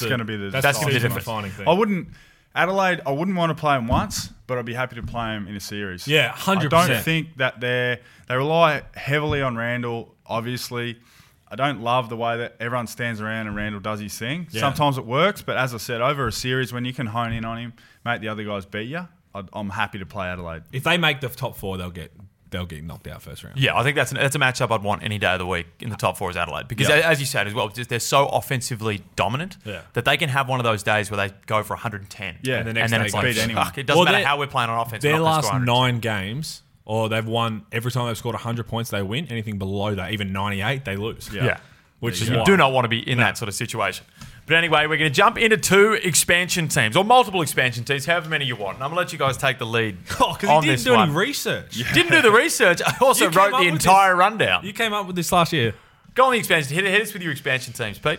Speaker 3: that's, going to be the.
Speaker 2: that's,
Speaker 1: that's
Speaker 2: the
Speaker 1: gonna be the
Speaker 2: ultimate
Speaker 1: difference.
Speaker 2: defining thing.
Speaker 3: I wouldn't Adelaide. I wouldn't want to play them once, but I'd be happy to play them in a series.
Speaker 2: Yeah, 100%.
Speaker 3: I don't think that they they rely heavily on Randall. Obviously, I don't love the way that everyone stands around and Randall does his thing.
Speaker 2: Yeah.
Speaker 3: Sometimes it works, but as I said, over a series when you can hone in on him, make the other guys beat you. I'd, I'm happy to play Adelaide.
Speaker 2: If they make the top four, they'll get they'll get knocked out first round.
Speaker 1: Yeah, I think that's an, that's a matchup I'd want any day of the week in the top four is Adelaide because
Speaker 2: Yeah.
Speaker 1: a- as you said as well, just they're so offensively dominant
Speaker 2: Yeah.
Speaker 1: that they can have one of those days where they go for 110.
Speaker 3: Yeah.
Speaker 1: and,
Speaker 3: And the
Speaker 2: next
Speaker 1: then
Speaker 2: day
Speaker 1: it's like
Speaker 3: beat anyone.
Speaker 1: fuck, it doesn't
Speaker 2: Well,
Speaker 1: matter
Speaker 2: their-
Speaker 1: how we're playing on offense. we're
Speaker 2: Their
Speaker 1: not gonna
Speaker 2: last
Speaker 1: score 100.
Speaker 2: nine games, or they've won every time they've scored 100 points, they win. Anything below that, even 98, they lose.
Speaker 1: Yeah. Which
Speaker 2: *laughs* Which
Speaker 1: is,
Speaker 2: is
Speaker 1: you
Speaker 2: why.
Speaker 1: do not want to be in that sort of situation. But anyway, we're going to jump into two expansion teams or multiple expansion teams, however many you want. And I'm going to let you guys take the lead.
Speaker 2: Oh, because
Speaker 1: on
Speaker 2: he
Speaker 1: this
Speaker 2: didn't do
Speaker 1: one.
Speaker 2: any research.
Speaker 1: Didn't do the research. I also
Speaker 2: You came
Speaker 1: wrote
Speaker 2: up
Speaker 1: the
Speaker 2: with this.
Speaker 1: entire rundown.
Speaker 2: You came up with this last year.
Speaker 1: Go on the expansion. Hit, hit us with your expansion teams, Pete.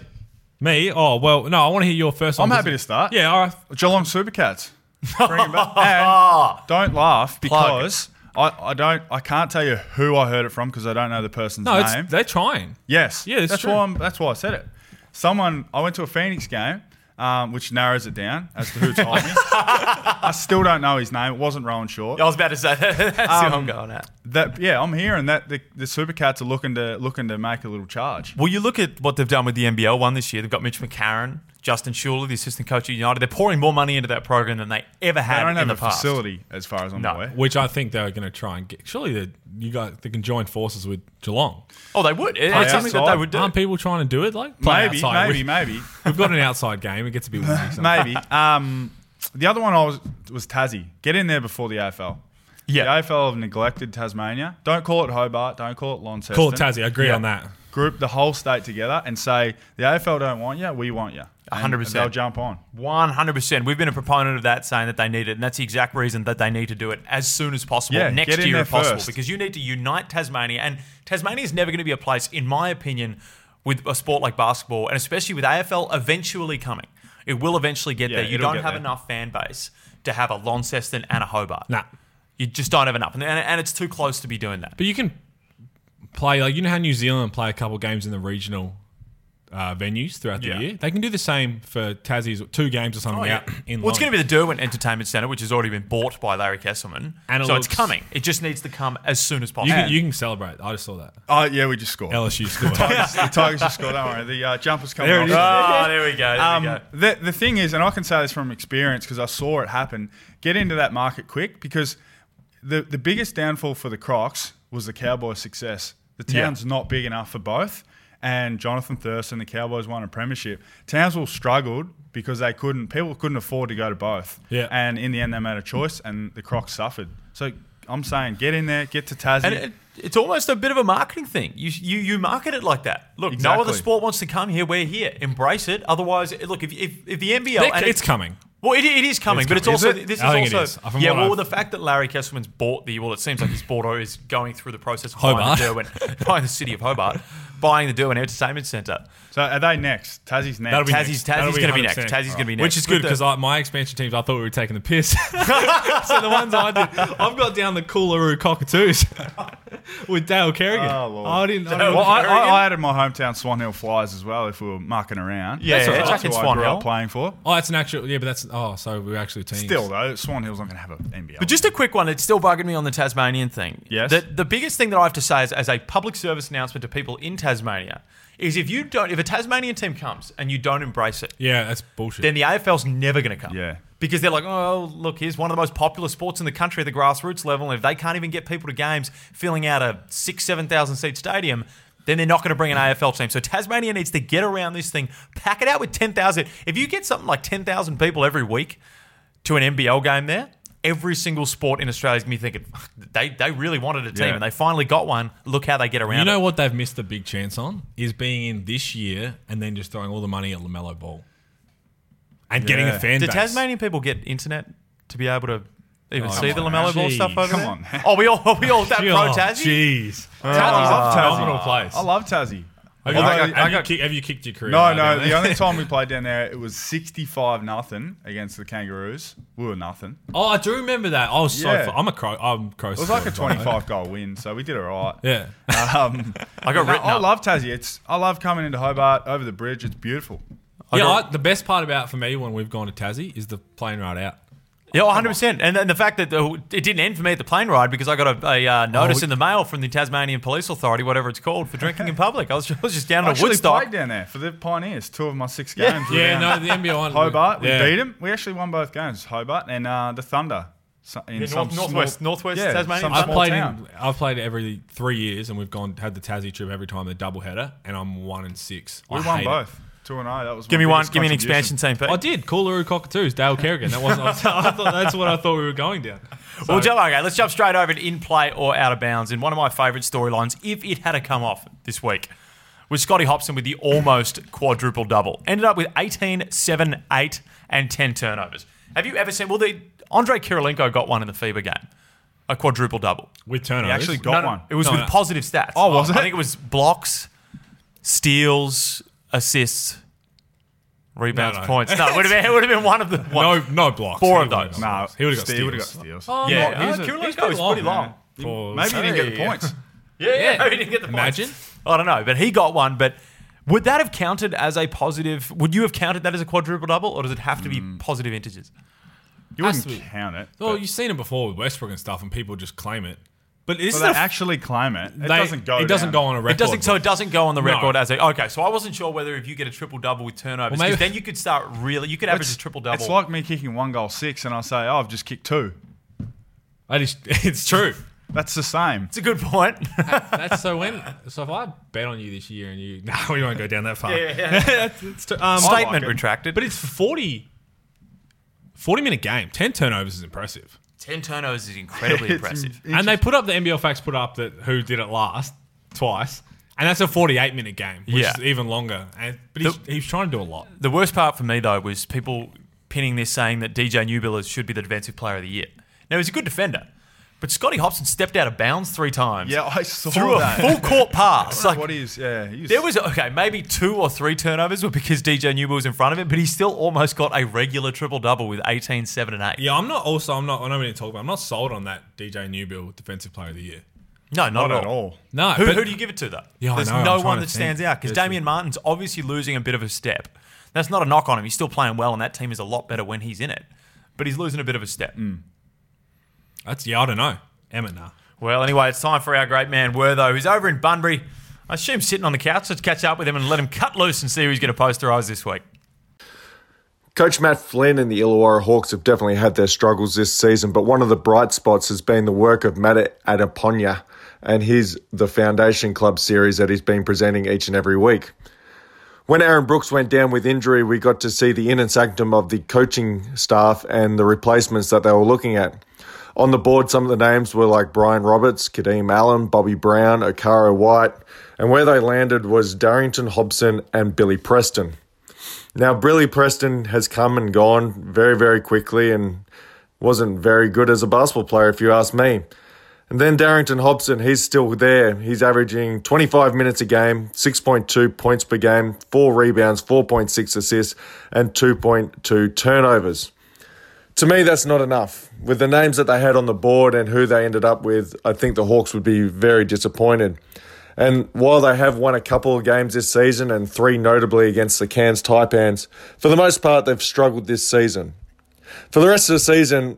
Speaker 2: Me? Oh, well, no, I want to hear your first
Speaker 3: I'm
Speaker 2: one.
Speaker 3: happy to start.
Speaker 2: Yeah, all right.
Speaker 3: Geelong Supercats.
Speaker 2: *laughs*
Speaker 3: Bring 'em back. And don't laugh because I, I don't I can't tell you who I heard it from because I don't know the person's
Speaker 2: No,
Speaker 3: name.
Speaker 2: it's, they're trying.
Speaker 3: Yes.
Speaker 2: Yeah, it's
Speaker 3: that's
Speaker 2: true.
Speaker 3: why I'm, that's why I said it. Someone I went to a Phoenix game, um, which narrows it down as to who told me. *laughs* I still don't know his name. It wasn't Rowan Short.
Speaker 1: I was about to say that's who I'm going at.
Speaker 3: That yeah, I'm hearing that the, the Supercats are looking to looking to make a little charge.
Speaker 1: Well, you look at what they've done with the NBL one this year. They've got Mitch McCarron, Justin Schuler, the assistant coach at United. They're pouring more money into that program than they ever
Speaker 3: I
Speaker 1: had
Speaker 3: don't
Speaker 1: in
Speaker 3: have
Speaker 1: the
Speaker 3: a
Speaker 1: past.
Speaker 3: facility as far as I'm
Speaker 1: No.
Speaker 3: aware.
Speaker 2: Which I think they're going to try and get. Surely they, you guys they can join forces with Geelong.
Speaker 1: Oh, they would. It's something that
Speaker 3: outside.
Speaker 1: they would do.
Speaker 2: Aren't people trying to do it? Like play
Speaker 3: Maybe,
Speaker 2: outside.
Speaker 3: maybe,
Speaker 2: We-
Speaker 3: maybe,
Speaker 2: We've got an outside game. It gets
Speaker 3: *laughs*
Speaker 2: a bit windy. sometimes.
Speaker 3: maybe. Um, the other one I was was Tassie. Get in there before the AFL.
Speaker 1: Yeah.
Speaker 3: The AFL have neglected Tasmania. Don't call it Hobart. Don't call it Launceston.
Speaker 2: Call it Tassie. I agree
Speaker 3: Yeah.
Speaker 2: on that.
Speaker 3: group the whole state together and say the AFL don't want you, we want you. And-
Speaker 1: 100%.
Speaker 3: and They'll jump on.
Speaker 1: One hundred percent. We've been a proponent of that, saying that they need it, and that's the exact reason that they need to do it as soon as possible,
Speaker 3: Yeah,
Speaker 1: next
Speaker 3: get in
Speaker 1: year
Speaker 3: there
Speaker 1: if possible,
Speaker 3: first.
Speaker 1: because you need to unite Tasmania. And Tasmania is never going to be a place, in my opinion, with a sport like basketball, and especially with AFL eventually coming. It will eventually get
Speaker 3: Yeah,
Speaker 1: there. You
Speaker 3: it'll
Speaker 1: don't
Speaker 3: get
Speaker 1: have
Speaker 3: there.
Speaker 1: enough fan base to have a Launceston and a Hobart.
Speaker 2: Nah.
Speaker 1: You just don't have enough, and, and, and it's too close to be doing that.
Speaker 2: But you can play like you know how New Zealand play a couple games in the regional uh, venues throughout the
Speaker 1: Yeah. Oh,
Speaker 2: year. They can do the same for Tassie's two games or something out in.
Speaker 1: well, it's going to be the Derwent Entertainment Centre, which has already been bought by Larry Kesselman,
Speaker 2: And it
Speaker 1: so it's
Speaker 2: looks-
Speaker 1: coming. It just needs to come as soon as
Speaker 2: You
Speaker 1: possible.
Speaker 2: can, you can celebrate. I just saw that
Speaker 3: Oh yeah, we just scored.
Speaker 2: LSU
Speaker 3: *laughs*
Speaker 2: scored.
Speaker 3: the Tigers just scored. Don't worry. The uh, jumpers coming
Speaker 2: Oh, There
Speaker 3: off.
Speaker 2: it is.
Speaker 1: Ah, there we go. There we go.
Speaker 3: Um, the, the thing is, and I can say this from experience because I saw it happen, get into that market quick because the, the biggest downfall for the Crocs was the Cowboys' success. The
Speaker 1: Yeah.
Speaker 3: town's not big enough for both. And Jonathan Thurston, the Cowboys won a premiership. Townsville struggled because they couldn't, people couldn't afford to go to both.
Speaker 2: Yeah.
Speaker 3: And in the end, they made a choice and the Crocs suffered. So I'm saying get in there, get to Tassie.
Speaker 1: And it, it's almost a bit of a marketing thing. You you, you market it like that. Look, no
Speaker 3: Exactly.
Speaker 1: other sport wants to come here. We're here. Embrace it. Otherwise, look if if, if the NBL
Speaker 2: They-
Speaker 1: and
Speaker 2: it's coming.
Speaker 1: Well, it, it is coming,
Speaker 2: It's
Speaker 1: but it's
Speaker 2: coming.
Speaker 1: also
Speaker 2: Is it?
Speaker 1: this is
Speaker 2: I think it
Speaker 1: also
Speaker 2: is. From
Speaker 1: yeah.
Speaker 2: what
Speaker 1: Well,
Speaker 2: I've-
Speaker 1: the fact that Larry Kesselman's bought the well, it seems like his bought or is going through the process of
Speaker 2: Hobart.
Speaker 1: buying the Derwent, *laughs* buying the city of Hobart, buying the Derwent Entertainment Centre.
Speaker 3: so are they next? Tassie's next.
Speaker 2: *laughs* That'll be next.
Speaker 1: Tassie's
Speaker 2: That'll
Speaker 1: Tassie's
Speaker 2: be
Speaker 1: going to be next.
Speaker 2: 100%.
Speaker 1: Tassie's going to be next,
Speaker 2: Which is good
Speaker 1: But the-
Speaker 2: because my expansion teams, I thought we were *laughs* taking the piss. so the ones I did, I've got down the Coolaroo Cockatoos. *laughs* with Dale Kerrigan.
Speaker 3: Oh, Lord.
Speaker 2: I didn't. I
Speaker 1: Dale-
Speaker 2: didn't
Speaker 3: Well, I, I,
Speaker 1: Kerrigan?
Speaker 3: I had in my hometown Swan Hill Flyers as well. If we were mucking around,
Speaker 1: Yeah,
Speaker 3: that's,
Speaker 1: yeah,
Speaker 3: what-
Speaker 1: chuck
Speaker 3: that's
Speaker 1: in
Speaker 3: who I
Speaker 1: Swan
Speaker 3: grew
Speaker 1: Hill.
Speaker 3: up playing for.
Speaker 2: oh, it's an actual. Yeah, but that's. Oh, so we were actually teams.
Speaker 3: Still though, Swan Hill's not going to have an NBL.
Speaker 1: But just a quick one. It's still bugging me on the Tasmanian thing.
Speaker 3: Yes.
Speaker 1: The, the biggest thing that I have to say is, as a public service announcement to people in Tasmania is if you don't, if a Tasmanian team comes and you don't embrace it,
Speaker 2: Yeah, that's bullshit.
Speaker 1: then the AFL's never going to come.
Speaker 3: Yeah.
Speaker 1: Because they're like, oh, look, here's one of the most popular sports in the country at the grassroots level. And if they can't even get people to games filling out a six, 7,000 seat stadium, then they're not going to bring an AFL team. So Tasmania needs to get around this thing, pack it out with 10,000. If you get something like 10,000 people every week to an NBL game there, every single sport in Australia is going to be thinking, "Fuck, they, they really wanted a team
Speaker 3: Yeah.
Speaker 1: and they finally got one. Look how they get around
Speaker 2: you know
Speaker 1: it.
Speaker 2: what they've missed the big chance on is being in this year and then just throwing all the money at Lamelo Ball and getting
Speaker 3: Yeah.
Speaker 2: a fan
Speaker 1: Do
Speaker 2: base.
Speaker 1: Tasmanian people get internet to be able to even
Speaker 2: Oh,
Speaker 1: see the
Speaker 2: come on,
Speaker 1: LaMelo
Speaker 2: man.
Speaker 1: ball stuff
Speaker 2: Jeez.
Speaker 1: over
Speaker 3: Come
Speaker 1: there?
Speaker 3: on, man.
Speaker 1: Oh, we all, we all that
Speaker 3: *laughs*
Speaker 2: Oh,
Speaker 1: pro Tassie?
Speaker 2: Jeez,
Speaker 3: I love
Speaker 2: phenomenal
Speaker 3: Tassie.
Speaker 2: place.
Speaker 3: I love Tassie.
Speaker 2: Have you,
Speaker 3: Although
Speaker 2: have,
Speaker 3: Oh. I
Speaker 2: you
Speaker 3: got-
Speaker 2: kick- have you kicked your career?
Speaker 3: No,
Speaker 2: high
Speaker 3: no.
Speaker 2: down there?
Speaker 3: The only time we played down there, it was sixty-five nothing against the Kangaroos. We were nothing.
Speaker 2: *laughs* Oh, I do remember that. I was so.
Speaker 3: Yeah.
Speaker 2: Fu- I'm a crow. I'm crow.
Speaker 3: It was like a twenty-five goal win, so we did all right.
Speaker 2: Yeah.
Speaker 3: *laughs* Um,
Speaker 1: I got
Speaker 3: no,
Speaker 1: written
Speaker 3: I
Speaker 1: up.
Speaker 3: love Tassie. It's I love coming into Hobart over the bridge. It's beautiful.
Speaker 2: yeah,
Speaker 1: got-
Speaker 2: I, the best part about for me when we've gone to Tassie is the plane ride out.
Speaker 1: Yeah, 100. percent And then the fact that the, it didn't end for me at the plane ride because I got a, a uh,
Speaker 3: Oh,
Speaker 1: notice in the mail from the Tasmanian Police Authority, whatever it's called, for drinking
Speaker 3: *laughs*
Speaker 1: in public. I was, I was just down
Speaker 3: I
Speaker 1: at
Speaker 3: actually
Speaker 1: Woodstock.
Speaker 3: played down there for the Pioneers. Two of my six
Speaker 1: Yeah.
Speaker 3: games. were
Speaker 2: Yeah,
Speaker 3: down
Speaker 2: no, the NBL one.
Speaker 3: Hobart. We
Speaker 2: yeah.
Speaker 3: beat them. We actually won both games. Hobart and uh, the Thunder. so- In
Speaker 1: Yeah,
Speaker 3: some
Speaker 1: North- Northwest-
Speaker 3: small-
Speaker 1: Northwest
Speaker 3: yeah,
Speaker 1: Tasmania.
Speaker 3: some
Speaker 1: I
Speaker 2: I've
Speaker 3: small
Speaker 2: played
Speaker 3: town.
Speaker 2: in, I've played every three years, and we've gone had the Tassie trip every time the double header, and I'm one and six.
Speaker 3: We
Speaker 2: I
Speaker 3: won
Speaker 2: hate it.
Speaker 3: both. Two and zero. That was
Speaker 1: Give me
Speaker 3: my
Speaker 1: one.
Speaker 3: biggest
Speaker 1: Give me an
Speaker 3: contribution.
Speaker 1: expansion team, Pete.
Speaker 2: I did. Coolaroo Cockatoos, Dale Kerrigan. That wasn't. *laughs* I thought that's what I thought we were going down.
Speaker 1: Well, jump, okay, let's jump straight over to in play or out of bounds. And one of my favourite storylines, if it had to come off this week, was Scotty Hobson with the almost quadruple double. Ended up with 18, 7, 8, and 10 turnovers. Have you ever seen? Well, the Andre Kirilenko got one in the FIBA game, a quadruple double.
Speaker 2: With turnovers,
Speaker 3: He actually got
Speaker 1: No, no,
Speaker 3: one.
Speaker 1: It was
Speaker 2: No,
Speaker 1: with
Speaker 2: no.
Speaker 1: positive stats.
Speaker 3: Oh, was
Speaker 1: I- I
Speaker 3: it?
Speaker 1: think it was blocks, steals, assists, rebounds,
Speaker 2: No, no.
Speaker 1: points. No, it would have been, it would have been one of the. One.
Speaker 2: no, no blocks.
Speaker 1: Four
Speaker 2: He
Speaker 1: of
Speaker 2: would've
Speaker 1: those.
Speaker 2: got
Speaker 3: No,
Speaker 2: blocks. he would have got
Speaker 3: Steve
Speaker 2: steals. Oh,
Speaker 3: would've got steals.
Speaker 1: Yeah,
Speaker 2: no,
Speaker 1: uh,
Speaker 2: he's a-
Speaker 1: Kirilenko's
Speaker 2: he's pretty
Speaker 1: pretty long.
Speaker 2: long.
Speaker 3: Maybe
Speaker 2: For-
Speaker 3: he didn't get the
Speaker 2: Hey.
Speaker 3: points.
Speaker 1: Yeah, yeah, *laughs*
Speaker 2: Yeah.
Speaker 1: he didn't get the
Speaker 2: Imagine.
Speaker 1: points. I don't know, but he got one. But would that have counted as a positive? Would you have counted that as a quadruple double, or does it have to be
Speaker 2: Mm.
Speaker 1: positive integers?
Speaker 3: You
Speaker 2: Has
Speaker 3: wouldn't
Speaker 2: to be.
Speaker 3: count it.
Speaker 2: Well,
Speaker 3: but-
Speaker 2: you've seen it before with Westbrook and stuff, and people just claim it. But this
Speaker 3: Well,
Speaker 2: is
Speaker 3: they
Speaker 2: the f-
Speaker 3: actually claim it. It
Speaker 2: they-
Speaker 3: doesn't go.
Speaker 2: It doesn't
Speaker 3: down.
Speaker 2: go on a record.
Speaker 1: It doesn't. So it doesn't go on the
Speaker 2: No.
Speaker 1: record as a okay. So I wasn't sure whether if you get a triple double with turnovers,
Speaker 2: Well, maybe-
Speaker 1: because then you could start really. You could average a triple double.
Speaker 3: It's like me kicking one goal six, and I say, "Oh, I've just kicked two.
Speaker 2: I just, *laughs* it's true.
Speaker 3: That's the same.
Speaker 1: it's a good point. *laughs*
Speaker 2: That's so when. So if I bet on you this year and *laughs* you, no, we won't go down that far. *laughs* That's- it's too- um,
Speaker 3: like
Speaker 1: Statement
Speaker 3: it.
Speaker 1: retracted.
Speaker 2: but it's 40, 40 minute game. Ten turnovers is impressive.
Speaker 1: ten turnovers is
Speaker 2: *laughs*
Speaker 1: incredibly
Speaker 3: It's
Speaker 1: impressive.
Speaker 3: in-
Speaker 2: and they put up the NBL facts put up that who did it last twice, and that's a forty-eight minute game, which
Speaker 1: Yeah.
Speaker 2: is even longer. And but he's, he's trying to do a lot.
Speaker 1: The worst part for me though was people pinning this saying that DJ Newbillers should be the defensive player of the year. Now he's a good defender, but Scotty Hobson stepped out of bounds three times.
Speaker 3: yeah, I saw
Speaker 1: through a
Speaker 3: that. *laughs*
Speaker 1: full court
Speaker 2: *laughs*
Speaker 1: pass. like,
Speaker 3: what is? Yeah, he
Speaker 1: there was okay, maybe two or three turnovers were because DJ Newell was in front of him, but he still almost got a regular triple double with 18, 7, and 8.
Speaker 2: Yeah, I'm not. Also, I'm not. I know we didn't talk about. I'm not sold on that DJ Newbill defensive player of the year.
Speaker 1: No, not,
Speaker 3: not at all.
Speaker 2: No,
Speaker 1: Who,
Speaker 2: but-
Speaker 1: who do you give it to though?
Speaker 2: Yeah, I
Speaker 1: There's
Speaker 2: know, I'm
Speaker 1: no
Speaker 2: trying
Speaker 1: one
Speaker 2: to
Speaker 1: that
Speaker 2: think.
Speaker 1: stands out because
Speaker 2: There's-
Speaker 1: Damian Martin's obviously losing a bit of a step. That's not a knock on him. He's still playing well, and that team is a lot better when he's in it. But he's losing a bit of a step.
Speaker 2: Mm. That's yeah. I don't know. Emma, nah.
Speaker 1: Well, anyway, it's time for our great man Wertho, who's over in Bunbury. I assume sitting on the couch. Let's catch up with him and let him cut loose and see who he's going to posterise this week.
Speaker 4: Coach Matt Flynn and the Illawarra Hawks have definitely had their struggles this season, but one of the bright spots has been the work of Matt Adaponya and his The Foundation Club series that he's been presenting each and every week. When Aaron Brooks went down with injury, we got to see the inner sanctum of the coaching staff and the replacements that they were looking at. On the board, some of the names were like Brian Roberts, Kadeem Allen, Bobby Brown, Okaro White, and where they landed was Darrington Hobson and Billy Preston. Now, Billy Preston has come and gone very, very quickly and wasn't very good as a basketball player, if you ask me. And then Darrington Hobson, he's still there. He's averaging 25 minutes a game, 6.2 points per game, four rebounds, 4.6 assists, and 2.2 turnovers. to me, that's not enough. With the names that they had on the board and who they ended up with, I think the Hawks would be very disappointed. And while they have won a couple of games this season and three notably against the Cairns Taipans, for the most part, they've struggled this season. For the rest of the season,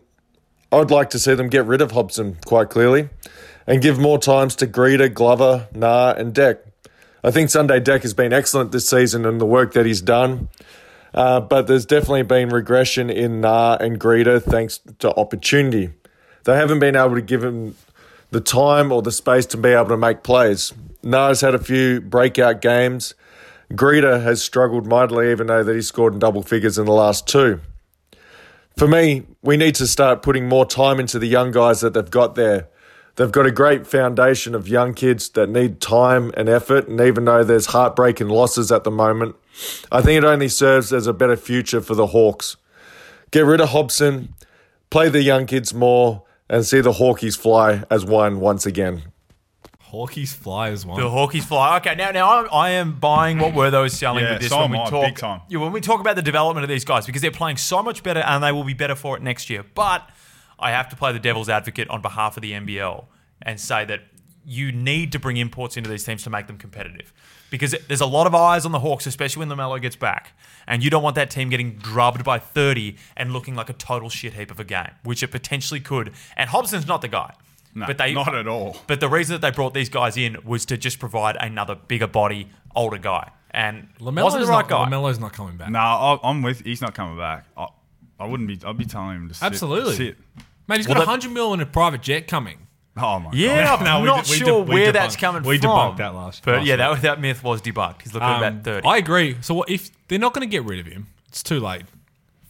Speaker 4: I'd like to see them get rid of Hobson quite clearly and give more times to Greeter, Glover, Nah, and Deck. I think Sunday Deck has been excellent this season and the work that he's done. Uh, but there's definitely been regression in Nah and Greeter thanks to opportunity. They haven't been able to give him the time or the space to be able to make plays. Nah's had a few breakout games. Greeter has struggled mightily, even though that he scored in double figures in the last two. For me, we need to start putting more time into the young guys that they've got there. They've got a great foundation of young kids that need time and effort, and even though there's heartbreaking losses at the moment, I think it only serves as a better future for the Hawks. Get rid of Hobson, play the young kids more, and see the Hawkies fly as one once again.
Speaker 2: Hawkeys fly as one.
Speaker 1: The Hawkeys fly. Okay, now now I'm, I am buying what Wertho is selling
Speaker 3: Yeah,
Speaker 1: with this
Speaker 3: so
Speaker 1: when
Speaker 3: am
Speaker 1: we
Speaker 3: I,
Speaker 1: talk
Speaker 3: big time.
Speaker 1: Yeah, when we talk about the development of these guys because they're playing so much better and they will be better for it next year. But I have to play the devil's advocate on behalf of the NBL and say that you need to bring imports into these teams to make them competitive because there's a lot of eyes on the Hawks, especially when Lamelo gets back, and you don't want that team getting drubbed by 30 and looking like a total shit heap of a game, which it potentially could. And Hobson's not the guy.
Speaker 3: No,
Speaker 1: but they
Speaker 3: not at all.
Speaker 1: but the reason that they brought these guys in was to just provide another bigger body, older guy. And wasn't
Speaker 2: Lamelo's
Speaker 1: the right
Speaker 2: not,
Speaker 1: guy.
Speaker 2: Lamelo's not coming back.
Speaker 3: No, I- I'm with. He's not coming back. I, I wouldn't be. I'd be telling him to sit.
Speaker 2: Absolutely.
Speaker 3: Sit.
Speaker 2: Mate, he's
Speaker 1: Well,
Speaker 2: got
Speaker 1: that-
Speaker 2: 100 mil and a private jet coming.
Speaker 3: Oh my god.
Speaker 2: *laughs*
Speaker 1: yeah, I'm
Speaker 2: we
Speaker 1: not
Speaker 2: de- we
Speaker 1: sure
Speaker 2: de- we
Speaker 1: where that's
Speaker 2: debunked-
Speaker 1: coming
Speaker 2: we
Speaker 1: from.
Speaker 2: debunked that last-
Speaker 1: But
Speaker 2: last
Speaker 1: yeah, that, that myth was debunked. He's looking at
Speaker 2: Um,
Speaker 1: about 30.
Speaker 2: I agree. So what if they're not going to get rid of him? It's too late.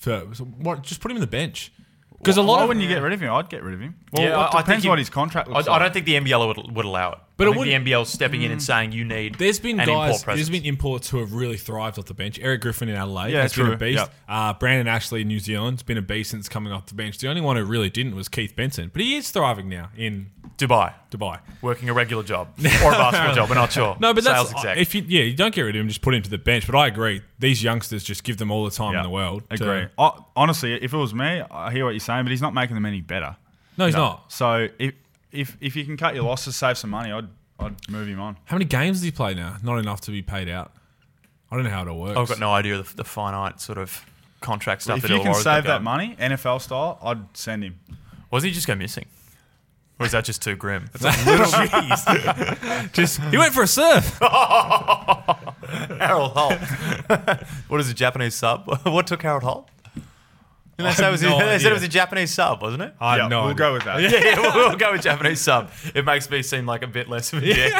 Speaker 2: So, so what, just put him in the bench. Because a lot
Speaker 3: Why
Speaker 2: of
Speaker 3: wouldn't you get rid of him? I'd get rid of him. Well,
Speaker 1: Yeah, I- I
Speaker 3: it
Speaker 1: think
Speaker 3: depends
Speaker 1: he-
Speaker 3: what his contract
Speaker 1: I,
Speaker 3: looks
Speaker 1: I
Speaker 3: like.
Speaker 1: don't think the NBL would, would allow it.
Speaker 2: But
Speaker 1: I
Speaker 2: it
Speaker 1: think
Speaker 2: would-
Speaker 1: the NBL stepping in and saying you need.
Speaker 2: There's been
Speaker 1: an import
Speaker 2: guys.
Speaker 1: presence.
Speaker 2: There's been imports who have really thrived off the bench. Eric Griffin in Adelaide
Speaker 3: Yeah,
Speaker 2: has been
Speaker 3: true.
Speaker 2: a beast.
Speaker 3: Yep.
Speaker 2: Uh, Brandon Ashley in New Zealand's been a beast since coming off the bench. The only one who really didn't was Keith Benson, but he is thriving now in
Speaker 1: Dubai
Speaker 2: Dubai.
Speaker 1: working a regular job or a
Speaker 2: *laughs*
Speaker 1: basketball job. We're not sure.
Speaker 2: No, but
Speaker 1: sales
Speaker 2: that's
Speaker 1: exec.
Speaker 2: if you yeah you don't get rid of him, just put him to the bench. But I agree, these youngsters just give them all the time
Speaker 3: Yeah.
Speaker 2: in the world. to-
Speaker 3: Agree. I, honestly, if it was me, I hear what you're saying, but he's not making them any better.
Speaker 2: no, he's not.
Speaker 3: So if if if you can cut your losses, save some money, I'd I'd move him on.
Speaker 2: How many games does he play now? Not enough to be paid out. I don't know how it all works.
Speaker 3: Oh,
Speaker 1: I've got no idea the, the finite sort of contract stuff.
Speaker 3: if
Speaker 1: that
Speaker 3: you
Speaker 1: the
Speaker 3: can
Speaker 1: Warriors
Speaker 3: save
Speaker 1: have
Speaker 3: that
Speaker 1: done.
Speaker 3: money, NFL style, I'd send him.
Speaker 1: wasn't he just go missing? Or is that just too grim?
Speaker 2: Just he went for a surf.
Speaker 1: Harold Holt. *laughs* what is a Japanese sub? *laughs* what took Harold Holt? And *laughs* they
Speaker 2: I
Speaker 1: said, it *laughs* was,
Speaker 2: have no
Speaker 1: they said it
Speaker 2: idea.
Speaker 1: was a Japanese sub, wasn't it?
Speaker 2: I
Speaker 3: yeah,
Speaker 2: have no
Speaker 3: we'll
Speaker 2: idea.
Speaker 3: go
Speaker 2: *laughs*
Speaker 3: with that.
Speaker 1: yeah, *laughs* yeah, we'll, we'll go with Japanese sub. It makes me seem like a bit less of a dick.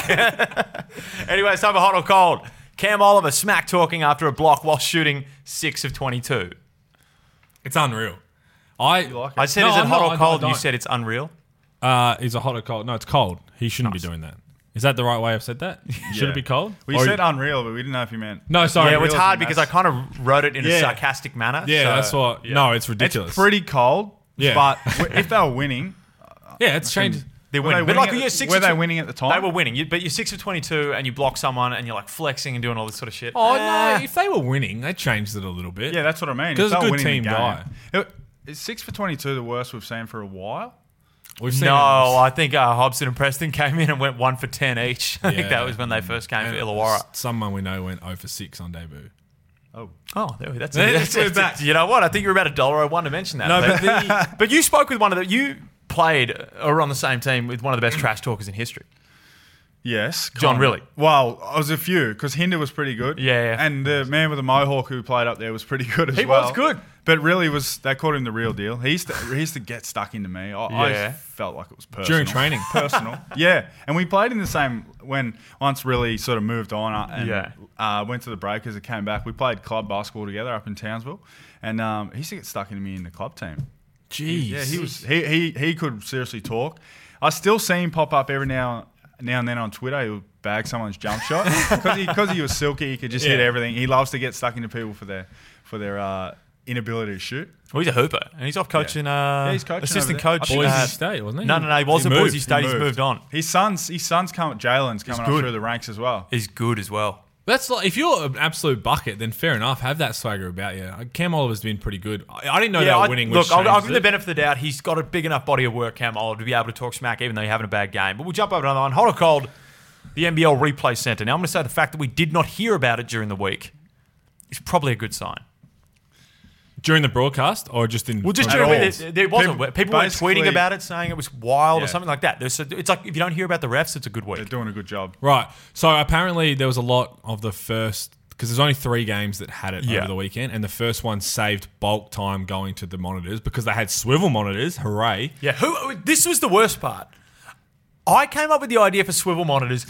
Speaker 1: *laughs* anyway, it's time for hot or cold. Cam Oliver smack talking after a block while shooting six of twenty-two.
Speaker 2: It's unreal. I
Speaker 3: like it?
Speaker 1: I said,
Speaker 2: No,
Speaker 1: "Is it
Speaker 2: I'm
Speaker 1: hot
Speaker 2: not- I-
Speaker 1: or
Speaker 2: I
Speaker 1: cold?" And you
Speaker 2: don't.
Speaker 1: said it's unreal.
Speaker 2: uh, is a hot or cold. No, it's cold. He shouldn't be doing that. Is that the right way I've
Speaker 1: *laughs*
Speaker 2: said that? Should it be cold?
Speaker 3: We
Speaker 2: Or-
Speaker 3: said unreal, but we didn't know if you meant.
Speaker 2: no. Sorry.
Speaker 1: uh, Yeah, well, it's
Speaker 3: Unreal
Speaker 1: hard
Speaker 3: isn't
Speaker 1: because I
Speaker 3: that-
Speaker 1: kind of wrote it in a
Speaker 3: Yeah.
Speaker 1: sarcastic manner.
Speaker 2: yeah,
Speaker 1: so-
Speaker 2: that's what. No, it's
Speaker 3: It's
Speaker 2: ridiculous.
Speaker 3: pretty cold.
Speaker 2: Yeah.
Speaker 3: But w- if they were winning,
Speaker 2: yeah, it's changed.
Speaker 1: They're
Speaker 3: were they
Speaker 1: winning.
Speaker 3: winning,
Speaker 1: But like,
Speaker 3: at,
Speaker 1: you're six
Speaker 3: were
Speaker 1: of
Speaker 3: they
Speaker 1: tw-
Speaker 3: winning at the
Speaker 1: They
Speaker 3: time?
Speaker 1: were winning, you, but you're six of 22 and you block someone and you're like flexing and doing all this sort of shit.
Speaker 2: Oh
Speaker 1: Eh.
Speaker 2: no! If they were winning, they changed it a little bit.
Speaker 3: yeah, that's what I mean. If
Speaker 2: 'Cause
Speaker 3: they
Speaker 2: a
Speaker 3: were
Speaker 2: good
Speaker 3: winning the game-
Speaker 2: team die.
Speaker 3: It- Is six for twenty-two the worst we've seen for a while?
Speaker 2: We've seen
Speaker 1: No,
Speaker 2: it.
Speaker 1: I think uh, Hobson and Preston came in and went one for 10 each. *laughs* I think
Speaker 2: Yeah.
Speaker 1: that was when they first came
Speaker 2: And
Speaker 1: for Illawarra.
Speaker 2: Someone we know went 0 for six on debut.
Speaker 3: Oh,
Speaker 1: Oh, there we- that's
Speaker 2: Yeah,
Speaker 1: it.
Speaker 2: that's
Speaker 1: That's
Speaker 2: where
Speaker 1: it.
Speaker 2: it's at.
Speaker 1: You know what? I think you're about a dollar. I wanted to mention that.
Speaker 2: No,
Speaker 1: but,
Speaker 2: but the-
Speaker 1: *laughs* but you spoke with one of the. You played uh, or were on the same team with one of the best trash talkers in history.
Speaker 3: yes,
Speaker 1: John
Speaker 3: kinda.
Speaker 1: Riley.
Speaker 3: Well, I was a few because Hinder was pretty good.
Speaker 1: Yeah, yeah.
Speaker 3: and the man with the mohawk who played up there was pretty good as
Speaker 1: He
Speaker 3: well.
Speaker 1: was good.
Speaker 3: but really was they called him the real deal. He used to, he used to get stuck into me. I,
Speaker 1: Yeah.
Speaker 3: I felt like it was personal
Speaker 2: During training.
Speaker 3: *laughs* personal. yeah, and we played in the same when once really sort of moved on uh, and
Speaker 1: Yeah.
Speaker 3: uh, went to the breakers and came back. We played club basketball together up in Townsville, and um, he used to get stuck into me in the club team.
Speaker 2: Jeez.
Speaker 3: Yeah, he was. He, he he could seriously talk. I still see him pop up every now now and then on Twitter. He'll bag someone's jump shot *laughs* because he, 'cause he was silky. He could just hit
Speaker 2: Yeah.
Speaker 3: everything. He loves to get stuck into people for their for their uh, inability to shoot.
Speaker 1: Well, he's a hooper and he's off coaching. Uh,
Speaker 3: Yeah, he's coaching
Speaker 1: assistant
Speaker 3: over there.
Speaker 1: coach.
Speaker 2: Boise
Speaker 1: uh,
Speaker 2: State, wasn't he?
Speaker 1: No, no, no. He was
Speaker 2: He
Speaker 1: at
Speaker 2: moved.
Speaker 1: Boise
Speaker 2: He
Speaker 1: State. He's
Speaker 2: moved.
Speaker 1: moved on.
Speaker 3: His sons his sons come Jalen's coming up
Speaker 1: good.
Speaker 3: through the ranks as well.
Speaker 1: He's good as well.
Speaker 2: That's like if you're an absolute bucket, then fair enough. Have that swagger about you. Cam Oliver's been pretty good. I, I didn't know they were
Speaker 1: I-
Speaker 2: uh, winning.
Speaker 1: Look,
Speaker 2: which
Speaker 1: I'll, I'll
Speaker 2: changes
Speaker 1: give him the
Speaker 2: it.
Speaker 1: benefit of the doubt. He's got a big enough body of work, Cam Oliver, to be able to talk smack, even though he's having a bad game. But we'll jump over to another one. Hot or cold, the NBL replay centre. Now, I'm going to say the fact that we did not hear about it during the week is probably a good sign.
Speaker 2: during the broadcast or just in.
Speaker 1: Well, just
Speaker 2: At
Speaker 1: during
Speaker 2: all?
Speaker 1: there, there wasn't. People,
Speaker 3: People-
Speaker 1: were tweeting
Speaker 3: basically-
Speaker 1: about it, saying it was wild or
Speaker 3: Yeah.
Speaker 1: something like that. There's, it's like if you don't hear about the refs, it's a good
Speaker 3: They're
Speaker 1: week.
Speaker 3: doing a good job.
Speaker 2: Right. So apparently there was a lot of the first because there's only three games that had it
Speaker 1: Yeah.
Speaker 2: over the weekend, and the first one saved bulk time going to the monitors because they had swivel monitors. Hooray!
Speaker 1: Yeah, who? This was the worst part. I came up with the idea for swivel monitors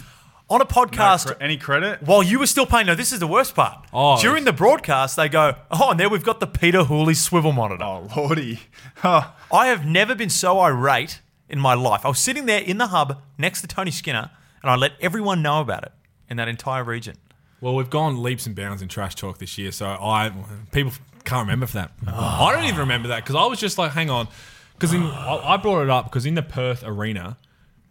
Speaker 1: on a podcast
Speaker 3: Cre- any credit?
Speaker 2: *laughs*
Speaker 1: while you were still playing. No, this is the worst part.
Speaker 2: Oh.
Speaker 1: During the broadcast, they go, "Oh, and there we've got the Peter Hooley swivel monitor."
Speaker 3: Oh lordy! *laughs* Huh.
Speaker 1: I have never been so irate in my life. I was sitting there in the hub next to Tony Skinner, and I let everyone know about it in that entire region.
Speaker 2: Well, we've gone leaps and bounds in trash talk this year, so I people can't remember for that. I don't even remember that because I was just like, hang on, because I I brought it up because in the Perth arena,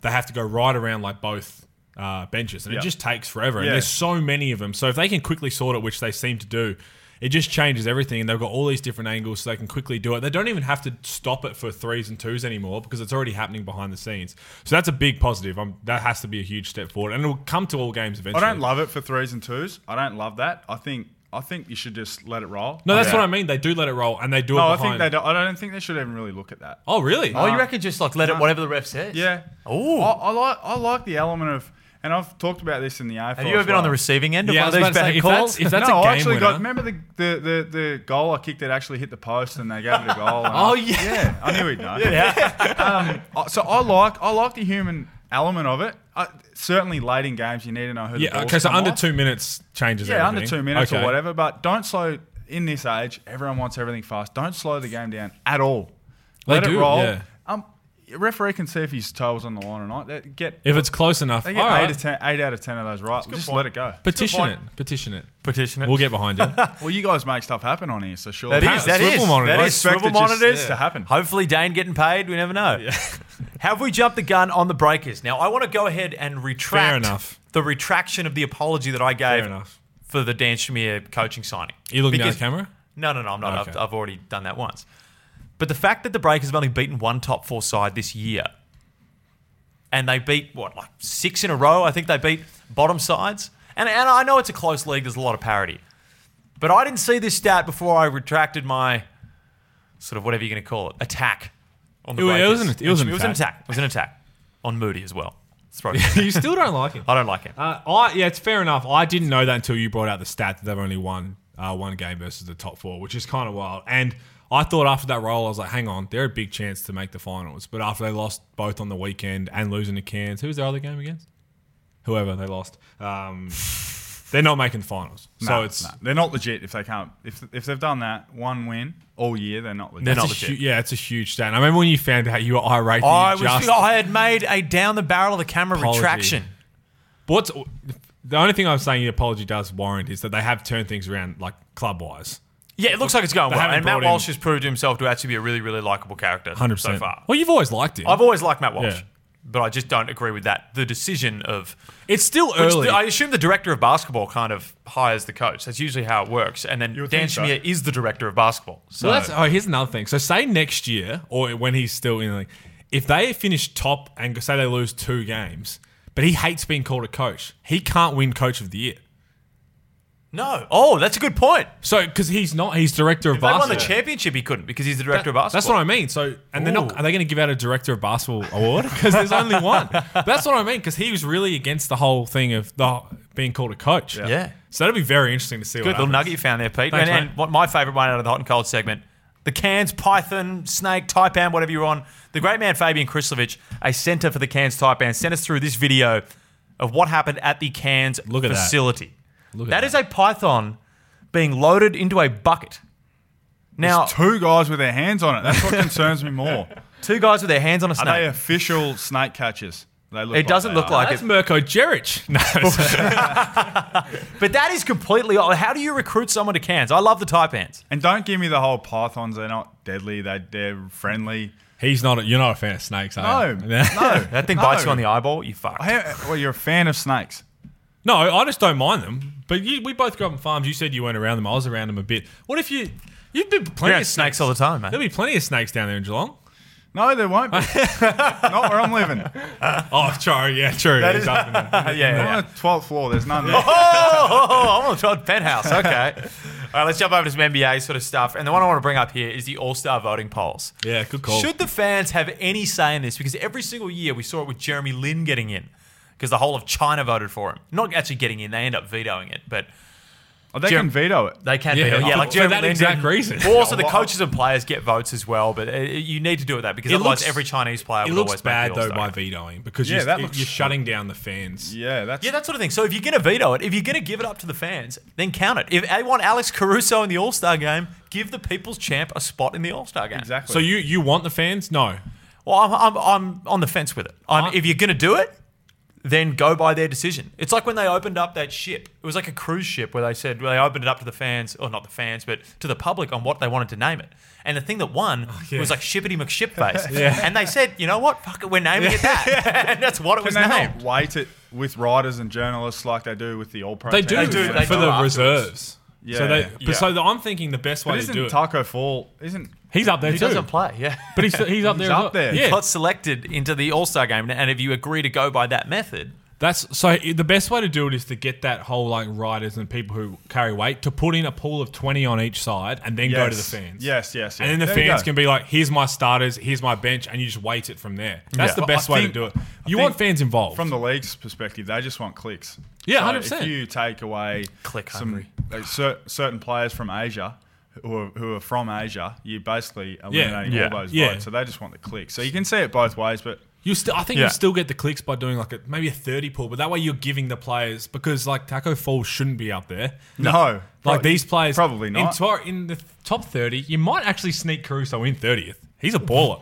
Speaker 2: they have to go right around like both. Uh, benches and
Speaker 3: Yeah.
Speaker 2: it just takes forever and
Speaker 3: Yeah.
Speaker 2: there's so many of them so if they can quickly sort it which they seem to do it just changes everything and they've got all these different angles so they can quickly do it they don't even have to stop it for threes and twos anymore because it's already happening behind the scenes so that's a big positive i that has to be a huge step forward and it'll come to all games
Speaker 3: I
Speaker 2: eventually
Speaker 3: don't love it for threes and twos. I don't love that. I think I think you should just let it roll.
Speaker 2: No, that's
Speaker 3: Yeah.
Speaker 2: what I mean. They do let it roll, and they do
Speaker 3: No,
Speaker 2: it
Speaker 3: I
Speaker 2: behind.
Speaker 3: think they. Don't, I don't think they should even really look at that.
Speaker 2: Oh, really?
Speaker 1: Oh, you reckon just like let it whatever the ref says?
Speaker 3: Yeah.
Speaker 1: Ooh.
Speaker 3: I, I like I like the element of, and I've talked about this in the AFL.
Speaker 1: Have you ever been on the receiving end of one
Speaker 2: Yeah, I
Speaker 1: of
Speaker 2: was
Speaker 1: these
Speaker 2: about to say,
Speaker 1: bad
Speaker 2: if
Speaker 1: calls?
Speaker 2: that's- if that's
Speaker 3: no,
Speaker 2: a game
Speaker 3: I actually
Speaker 2: winner.
Speaker 3: got. Remember the, the, the, the goal I kicked that actually hit the post and they gave it a goal. And
Speaker 1: Oh,
Speaker 3: I-
Speaker 1: yeah.
Speaker 3: yeah. I knew he'd know.
Speaker 1: yeah.
Speaker 3: I- So I like I like the human element of it. I, certainly late in games, you need to know who. the
Speaker 2: yeah.
Speaker 3: ball's
Speaker 2: Okay, so
Speaker 3: come
Speaker 2: under
Speaker 3: off.
Speaker 2: two minutes changes.
Speaker 3: Yeah, under
Speaker 2: everything.
Speaker 3: two minutes
Speaker 2: Okay.
Speaker 3: or whatever. But don't slow. In this age, everyone wants everything fast. Don't slow the game down at all.
Speaker 2: They
Speaker 3: Let
Speaker 2: do,
Speaker 3: it roll.
Speaker 2: yeah.
Speaker 3: Um, referee can see if his toe was on the line or not. They get
Speaker 2: If it's close enough, all
Speaker 3: they get eight,
Speaker 2: right.
Speaker 3: of ten, eight out of ten of those right. Just let it go.
Speaker 2: Petition
Speaker 1: point.
Speaker 2: it. Petition it.
Speaker 1: Petition it.
Speaker 2: We'll get
Speaker 3: *laughs*
Speaker 2: behind it.
Speaker 3: Well, you guys make stuff happen on here, so sure.
Speaker 1: That is, that is,
Speaker 2: Swivel monitor.
Speaker 1: that
Speaker 3: I
Speaker 1: is
Speaker 3: expect
Speaker 1: swivel
Speaker 3: it just-
Speaker 1: monitors
Speaker 3: yeah. to happen.
Speaker 1: Hopefully, Dane getting paid. We never know. *laughs* Have we jumped the gun on the breakers? Now, I want to go ahead and retract
Speaker 2: enough.
Speaker 1: the retraction of the apology that I
Speaker 2: Fair
Speaker 1: gave
Speaker 2: enough.
Speaker 1: for the Dan Shamir coaching signing.
Speaker 2: You looking down
Speaker 1: Because-
Speaker 3: *laughs*
Speaker 2: the camera?
Speaker 1: No, no, no, I'm not. I've,
Speaker 2: Okay.
Speaker 1: I've already done that once. But the fact that the Breakers have only beaten one top four side this year, and they beat what like six in a row. I think they beat bottom sides, and and I know it's a close league. There's a lot of parity, but I didn't see this stat before I retracted my sort of whatever you're going to call it attack on the
Speaker 2: It wa- it
Speaker 1: Breakers.
Speaker 2: was an- it was an
Speaker 1: attack. It was an attack on Moody as well. Let's
Speaker 2: *laughs*
Speaker 1: throw it.
Speaker 2: you still don't like him.
Speaker 1: I don't like him.
Speaker 2: Uh, I yeah, it's fair enough. I didn't know that until you brought out the stat that they've only won uh, one game versus the top four, which is kind of wild. And I thought after that roll, I was like, hang on, they're a big chance to make the finals. But after they lost both on the weekend and losing to Cairns, who was their other game against? Whoever they lost,
Speaker 1: *sighs*
Speaker 2: um, they're not making the finals. so it's
Speaker 3: they're not legit if they can't. If, if they've done that one win all year, they're not legit.
Speaker 1: They're
Speaker 2: It's
Speaker 1: not
Speaker 2: a
Speaker 1: legit.
Speaker 2: hu- yeah, it's a huge stat. And I remember when you found out you were irate. that
Speaker 1: I
Speaker 2: you
Speaker 1: was oh.
Speaker 2: just-
Speaker 1: I had made a down the barrel of the camera
Speaker 2: Apology.
Speaker 1: retraction.
Speaker 2: But what's the only thing I'm saying the apology does warrant is that they have turned things around like club wise.
Speaker 1: Yeah, it looks like it's going
Speaker 2: They
Speaker 1: well.
Speaker 2: haven't
Speaker 1: And Matt
Speaker 2: brought in-
Speaker 1: Walsh has proved himself to actually be a really, really likable character
Speaker 2: Hundred
Speaker 1: so
Speaker 2: percent.
Speaker 1: far.
Speaker 2: Well, you've always liked him.
Speaker 1: I've always liked Matt Walsh,
Speaker 2: Yeah.
Speaker 1: but I just don't agree with that. The decision of.
Speaker 2: it's still
Speaker 1: which
Speaker 2: early.
Speaker 1: the- I assume the director of basketball kind of hires the coach. That's usually how it works. And then
Speaker 3: would
Speaker 1: Dan
Speaker 3: think so.
Speaker 1: Shamir is the director of basketball. So
Speaker 2: Well, that's oh, here's another thing. So say next year or when he's still in, like, if they finish top and say they lose two games, but he hates being called a coach, he can't win coach of the year.
Speaker 1: no. Oh, that's a good point.
Speaker 2: So because he's not, he's director of
Speaker 1: If they won the
Speaker 2: basketball.
Speaker 1: championship, he couldn't because he's the director of basketball.
Speaker 2: That's what I mean. So, and they're not.
Speaker 1: Ooh.
Speaker 2: Are they going to give out a director of basketball award? Because there's only
Speaker 1: *laughs*
Speaker 2: one. But that's what I mean. Because he was really against the whole thing of the being called a coach.
Speaker 1: Yeah.
Speaker 2: So that'll be very interesting to see.
Speaker 1: Good
Speaker 2: what
Speaker 1: little
Speaker 2: happens.
Speaker 1: nugget you found there, Pete.
Speaker 2: Thanks,
Speaker 1: and,
Speaker 2: mate.
Speaker 1: and what my favourite one out of the hot and cold segment: the Cairns Python Snake Taipan, whatever you're on. The great man Fabian Krislovich, a centre for the Cairns Taipan, sent us through this video of what happened at the Cairns
Speaker 2: Look at that.
Speaker 1: facility.
Speaker 2: Look at
Speaker 1: that is a python being loaded into a bucket. Now,
Speaker 3: It's two guys with their hands on it. That's
Speaker 1: *laughs*
Speaker 3: what concerns me more.
Speaker 1: two guys with their hands on a
Speaker 3: Are they
Speaker 1: snake.
Speaker 3: official snake catchers? They look
Speaker 1: It doesn't
Speaker 3: they
Speaker 1: look
Speaker 3: are.
Speaker 1: like it.
Speaker 2: That's Mirko *laughs* Jeric. No,
Speaker 1: But that is completely. How do you recruit someone to Cairns? I love the Taipans.
Speaker 3: And don't give me the whole pythons. They're not deadly. They they're friendly.
Speaker 2: he's not. A, you're not a fan of snakes, are
Speaker 3: No,
Speaker 2: you?
Speaker 3: no.
Speaker 1: That thing
Speaker 3: no.
Speaker 1: bites you on the eyeball. You fuck.
Speaker 3: I- well, you're a fan of snakes.
Speaker 2: No, I just don't mind them. But you, we both grew up on farms. You said you weren't around them. I was around them a bit. What if you? You've been plenty
Speaker 1: Yeah,
Speaker 2: of
Speaker 1: snakes all the time, mate.
Speaker 2: There'll be plenty of snakes down there in Geelong.
Speaker 3: No,
Speaker 1: *laughs*
Speaker 3: there won't be. Not where I'm living.
Speaker 2: Oh, true. Yeah, true. That is,
Speaker 1: *laughs* yeah, yeah.
Speaker 3: I'm on the 12th floor. There's
Speaker 1: *laughs*
Speaker 3: none there.
Speaker 1: oh, I'm on the top penthouse. Okay. All right, let's jump over to some NBA sort of stuff. And the one I want to bring up here is the All Star voting polls.
Speaker 2: yeah, good call.
Speaker 1: Should the fans have any say in this? Because every single year we saw it with Jeremy Lin getting in because the whole of China voted for him. Not actually getting in, they end up vetoing it, but
Speaker 3: Oh, they
Speaker 1: Jim-
Speaker 3: can veto it.
Speaker 1: they can
Speaker 2: Yeah,
Speaker 1: veto. Yeah,
Speaker 2: for-
Speaker 1: like
Speaker 2: for
Speaker 1: Jeremy
Speaker 2: that
Speaker 1: Lin
Speaker 2: exact
Speaker 1: didn't.
Speaker 2: reason.
Speaker 1: Well, Also, the
Speaker 3: Well,
Speaker 1: coaches and players get votes as well, but uh, you need to do it that because
Speaker 2: It
Speaker 1: otherwise
Speaker 2: looks-
Speaker 1: every Chinese player
Speaker 2: it
Speaker 1: will
Speaker 2: looks
Speaker 1: always make
Speaker 2: bad
Speaker 1: the
Speaker 2: though
Speaker 1: All-Star.
Speaker 2: by vetoing because
Speaker 3: Yeah,
Speaker 2: you're,
Speaker 3: that looks-
Speaker 2: you're shutting down the fans.
Speaker 3: Yeah, that's.
Speaker 1: Yeah, that sort of thing. So if you're going to veto it, if you're going to give it up to the fans, then count it. If they want Alex Caruso in the All Star game, give the People's Champ a spot in the All Star game.
Speaker 3: exactly.
Speaker 2: So you you want the fans? No.
Speaker 1: Well, I'm, I'm, I'm on the fence with it. I'm,
Speaker 2: I-
Speaker 1: if you're going to do it, then go by their decision. It's like when they opened up that ship. It was like a cruise ship where they said well, they opened it up to the fans, or not the fans, but to the public on what they wanted to name it. And the thing that won
Speaker 2: yeah.
Speaker 1: was like Shippity McShipface. And they said, you know what? Fuck it, we're naming it that. *laughs* and that's what it was
Speaker 3: can they
Speaker 1: named.
Speaker 3: not weight it with writers and journalists like they do with the old
Speaker 2: They
Speaker 3: protests?
Speaker 2: do,
Speaker 1: They do,
Speaker 2: for,
Speaker 1: they
Speaker 2: for
Speaker 1: do
Speaker 2: the
Speaker 1: afterwards.
Speaker 2: reserves.
Speaker 3: Yeah.
Speaker 2: So they
Speaker 1: Yeah.
Speaker 2: but so the, I'm thinking the best
Speaker 3: But
Speaker 2: way to do
Speaker 3: isn't
Speaker 2: it.
Speaker 3: Taco Fall? Isn't
Speaker 2: he's up there
Speaker 1: He
Speaker 2: too.
Speaker 1: doesn't play, yeah.
Speaker 2: But he's he's up there.
Speaker 3: up
Speaker 2: as well.
Speaker 3: there.
Speaker 2: Yeah.
Speaker 1: Got selected into the All Star game. And if you agree to go by that method,
Speaker 2: That's so i- the best way to do it is to get that whole like riders and people who carry weight to put in a pool of 20 on each side and then go to the
Speaker 3: Yes.
Speaker 2: fans.
Speaker 3: Yes, yes, yes.
Speaker 2: And then the
Speaker 3: There you
Speaker 2: fans
Speaker 3: go.
Speaker 2: can be like, here's my starters, here's my bench, and you just weight it from there. That's
Speaker 1: Yeah.
Speaker 2: the
Speaker 3: But I
Speaker 2: best way
Speaker 3: think-
Speaker 2: to do it.
Speaker 3: I
Speaker 2: You
Speaker 3: think
Speaker 2: want fans involved.
Speaker 3: from the league's perspective, they just want clicks.
Speaker 2: Yeah,
Speaker 3: So
Speaker 2: 100%.
Speaker 3: If you take away
Speaker 1: Click
Speaker 3: some
Speaker 1: hungry.
Speaker 3: like, cer- certain players from Asia who are, who are from Asia, you basically eliminating
Speaker 1: Yeah.
Speaker 3: all those
Speaker 2: Yeah.
Speaker 3: votes. So they just want the clicks. So you can see it both ways, but
Speaker 2: You still, I think
Speaker 1: Yeah.
Speaker 2: you still get the clicks by doing like a, maybe a thirty pool, but that way you're giving the players because like Taco Fall shouldn't be up there.
Speaker 3: no,
Speaker 2: Like
Speaker 3: Pro-
Speaker 2: these players,
Speaker 3: probably
Speaker 2: in,
Speaker 3: not.
Speaker 2: tor- in the top thirty. You might actually sneak Caruso in thirtieth. He's a baller,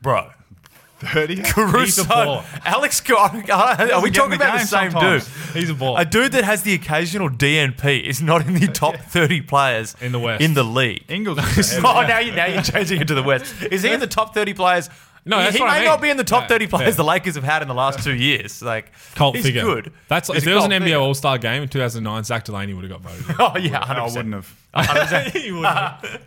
Speaker 1: bro,
Speaker 2: *laughs*
Speaker 3: Thirty.
Speaker 2: He's a
Speaker 1: Caruso,
Speaker 2: baller.
Speaker 1: Alex, *laughs* are we
Speaker 3: get
Speaker 1: talking
Speaker 3: in the
Speaker 1: about the
Speaker 3: game
Speaker 1: same
Speaker 3: sometimes.
Speaker 1: dude?
Speaker 2: He's a
Speaker 1: A
Speaker 2: baller.
Speaker 1: dude that has the occasional DNP is not
Speaker 2: *laughs*
Speaker 1: in the top 30 players
Speaker 2: In the West.
Speaker 1: in the league.
Speaker 2: *laughs*
Speaker 3: Ingles.
Speaker 1: oh, now, you, now you're changing it to the West. Is he in the top 30 players?
Speaker 2: No,
Speaker 1: he,
Speaker 2: that's
Speaker 1: he
Speaker 2: what
Speaker 1: may
Speaker 2: I mean.
Speaker 1: not be in the top
Speaker 2: Yeah,
Speaker 1: 30 players
Speaker 2: yeah.
Speaker 1: the Lakers have had in the last two years. Like,
Speaker 2: Cult
Speaker 1: he's
Speaker 2: figure.
Speaker 1: good.
Speaker 2: That's
Speaker 1: He's
Speaker 2: if
Speaker 1: a
Speaker 2: there was an
Speaker 1: cult
Speaker 2: NBA
Speaker 1: figure.
Speaker 2: All Star game in 2009, Zach Delaney would have got voted.
Speaker 1: *laughs* Oh yeah,
Speaker 3: No, I
Speaker 1: 100%.
Speaker 3: wouldn't have.
Speaker 2: *laughs* He Um, would have.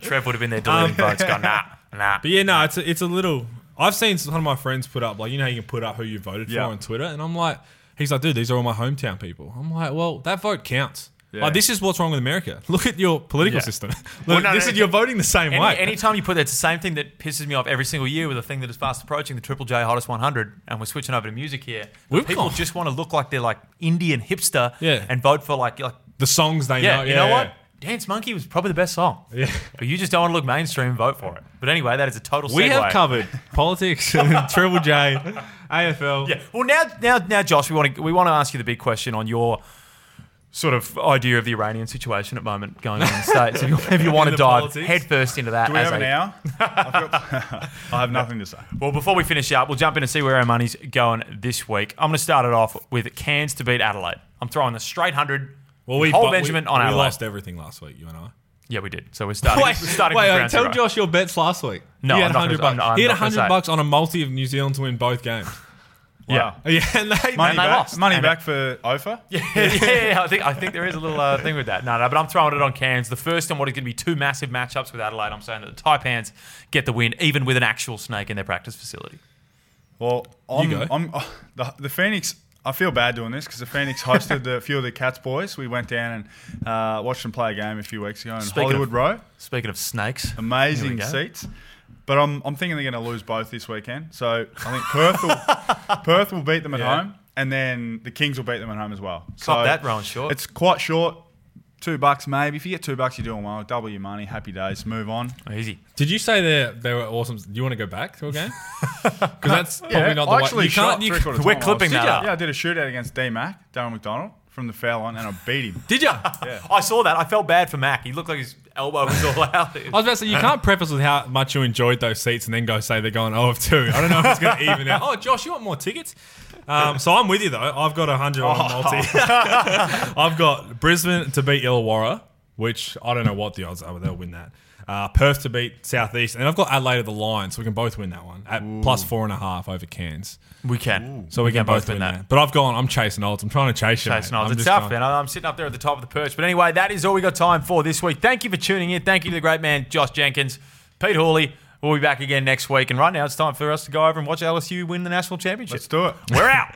Speaker 1: *laughs* Trev would have been there deleting votes. Gone nah, nah.
Speaker 2: *laughs* But yeah, no, it's a, it's a little. I've seen some of my friends put up like you know how you can put up who you voted
Speaker 3: Yeah.
Speaker 2: for on Twitter, and I'm like, he's like, dude, these are all my hometown people. I'm like, well, that vote counts.
Speaker 3: Yeah.
Speaker 2: Like this is what's wrong with America. *laughs* Look at your political
Speaker 1: Yeah.
Speaker 2: system. *laughs*
Speaker 1: Well,
Speaker 2: Look,
Speaker 1: no,
Speaker 2: this
Speaker 1: no,
Speaker 2: is you're voting the same
Speaker 1: Any,
Speaker 2: way.
Speaker 1: anytime you put that, it's the same thing that pisses me off every single year with a thing that is fast approaching the Triple J Hottest 100, and we're switching over to music here. But
Speaker 2: We've
Speaker 1: people
Speaker 2: gone-
Speaker 1: just want to look like they're like Indian hipster
Speaker 2: Yeah.
Speaker 1: and vote for like, like
Speaker 2: the songs they
Speaker 1: yeah,
Speaker 2: know.
Speaker 1: you know what? Dance Monkey was probably the best song. Yeah. But you just don't want to look mainstream, vote for it. But anyway, that is a total
Speaker 2: We
Speaker 1: segue.
Speaker 2: have *laughs* covered politics, and Triple J, AFL.
Speaker 1: Yeah. Well, now, now, now, Josh, we want to we want to ask you the big question on your sort of idea of the Iranian situation at the moment going on in the states. If you, if you want to
Speaker 2: the
Speaker 1: dive
Speaker 2: politics.
Speaker 1: headfirst into that,
Speaker 3: Do we
Speaker 1: as
Speaker 3: have an
Speaker 1: a- *laughs*
Speaker 3: hour? I've got- *laughs* I have nothing to say.
Speaker 1: Well, before we finish up, we'll jump in and see where our money's going this week. I'm going to start it off with Cairns to beat Adelaide. I'm throwing the straight hundred.
Speaker 2: Well, we
Speaker 1: whole
Speaker 2: but
Speaker 1: Benjamin
Speaker 2: we,
Speaker 1: on
Speaker 2: we
Speaker 1: Adelaide.
Speaker 2: lost everything last week. You and I.
Speaker 1: Yeah, we did. So we're starting. *laughs* we're starting from ground
Speaker 2: uh, tell
Speaker 1: zero.
Speaker 2: Josh your bets last week.
Speaker 1: No,
Speaker 2: he
Speaker 1: I'm
Speaker 2: had
Speaker 1: not gonna-
Speaker 2: hundred bucks.
Speaker 1: I'm- I'm
Speaker 2: he had
Speaker 1: not gonna say.
Speaker 2: hundred bucks on a multi of New Zealand to win both games. *laughs*
Speaker 1: Yeah.
Speaker 2: yeah, and they,
Speaker 3: Money
Speaker 1: they
Speaker 3: back,
Speaker 1: lost.
Speaker 3: money
Speaker 1: And-
Speaker 3: back for Ofa.
Speaker 1: Yeah, yeah, yeah, I think I think there is a little uh, thing with that. No, no, but I'm throwing it on Cairns. The first and what is going to be two massive matchups with Adelaide. I'm saying that the Taipans get the win, even with an actual snake in their practice facility.
Speaker 3: Well, I'm,
Speaker 2: go.
Speaker 3: I'm *laughs* oh, the, the Phoenix. I feel bad doing this because the Phoenix hosted the, a few of the Cats boys. We went down and uh, watched them play a game a few weeks ago in
Speaker 1: Speaking of-
Speaker 3: Hollywood Row.
Speaker 1: Speaking of snakes, Here we
Speaker 3: Amazing
Speaker 1: go.
Speaker 3: seats. But I'm, I'm thinking they're going to lose both this weekend. So I think Perth
Speaker 1: *laughs*
Speaker 3: will, Perth will beat them at
Speaker 2: Yeah.
Speaker 3: home, and then the Kings will beat them at home as well.
Speaker 1: Cop that, Rowan Short.
Speaker 3: It's quite short. Two bucks maybe. If you get two bucks, you're doing well. Double your money. Happy days. Move on.
Speaker 1: easy.
Speaker 2: Did you say they they were awesome? Do you want to go back to
Speaker 1: *laughs*
Speaker 2: a game? Because that's probably
Speaker 3: Yeah,
Speaker 2: not the
Speaker 3: I
Speaker 2: way.
Speaker 3: actually
Speaker 2: you
Speaker 3: shot
Speaker 2: can't. You,
Speaker 3: three quarter
Speaker 1: we're
Speaker 3: time. I
Speaker 1: clipping
Speaker 3: was-
Speaker 1: that
Speaker 3: Yeah,
Speaker 1: up.
Speaker 3: Yeah, I did a shootout against D Mac, Darren McDonald, from the foul line, and I beat him.
Speaker 2: did you?
Speaker 1: *laughs* I saw that. I felt bad for Mac. He looked like his elbow was all *laughs* out.
Speaker 2: I was about to say you can't preface with how much you enjoyed those seats and then go say they're going oh of two. I don't know if it's going to even out. Oh, Josh, you want more tickets? Um, so I'm with you though. I've got hundred on a multi. *laughs* I've got Brisbane to beat Illawarra, which I don't know what the odds are, but they'll win that. Uh, Perth to beat Southeast, and I've got Adelaide at the line, so we can both win that one at plus four and a half over Cairns.
Speaker 1: We can.
Speaker 2: So we, can, both, win that. But I've gone. I'm chasing odds. I'm trying to chase you.
Speaker 1: Chasing
Speaker 2: mate.
Speaker 1: odds.
Speaker 2: I'm
Speaker 1: It's
Speaker 2: just
Speaker 1: tough,
Speaker 2: going-
Speaker 1: man. I'm sitting up there at the top of the perch. But anyway, that is all we got time for this week. Thank you for tuning in. Thank you to the great man, Josh Jenkins, Pete Hawley. We'll be back again next week. And right now, it's time for us to go over and watch LSU win the national championship.
Speaker 3: Let's do it.
Speaker 2: *laughs*
Speaker 1: We're out.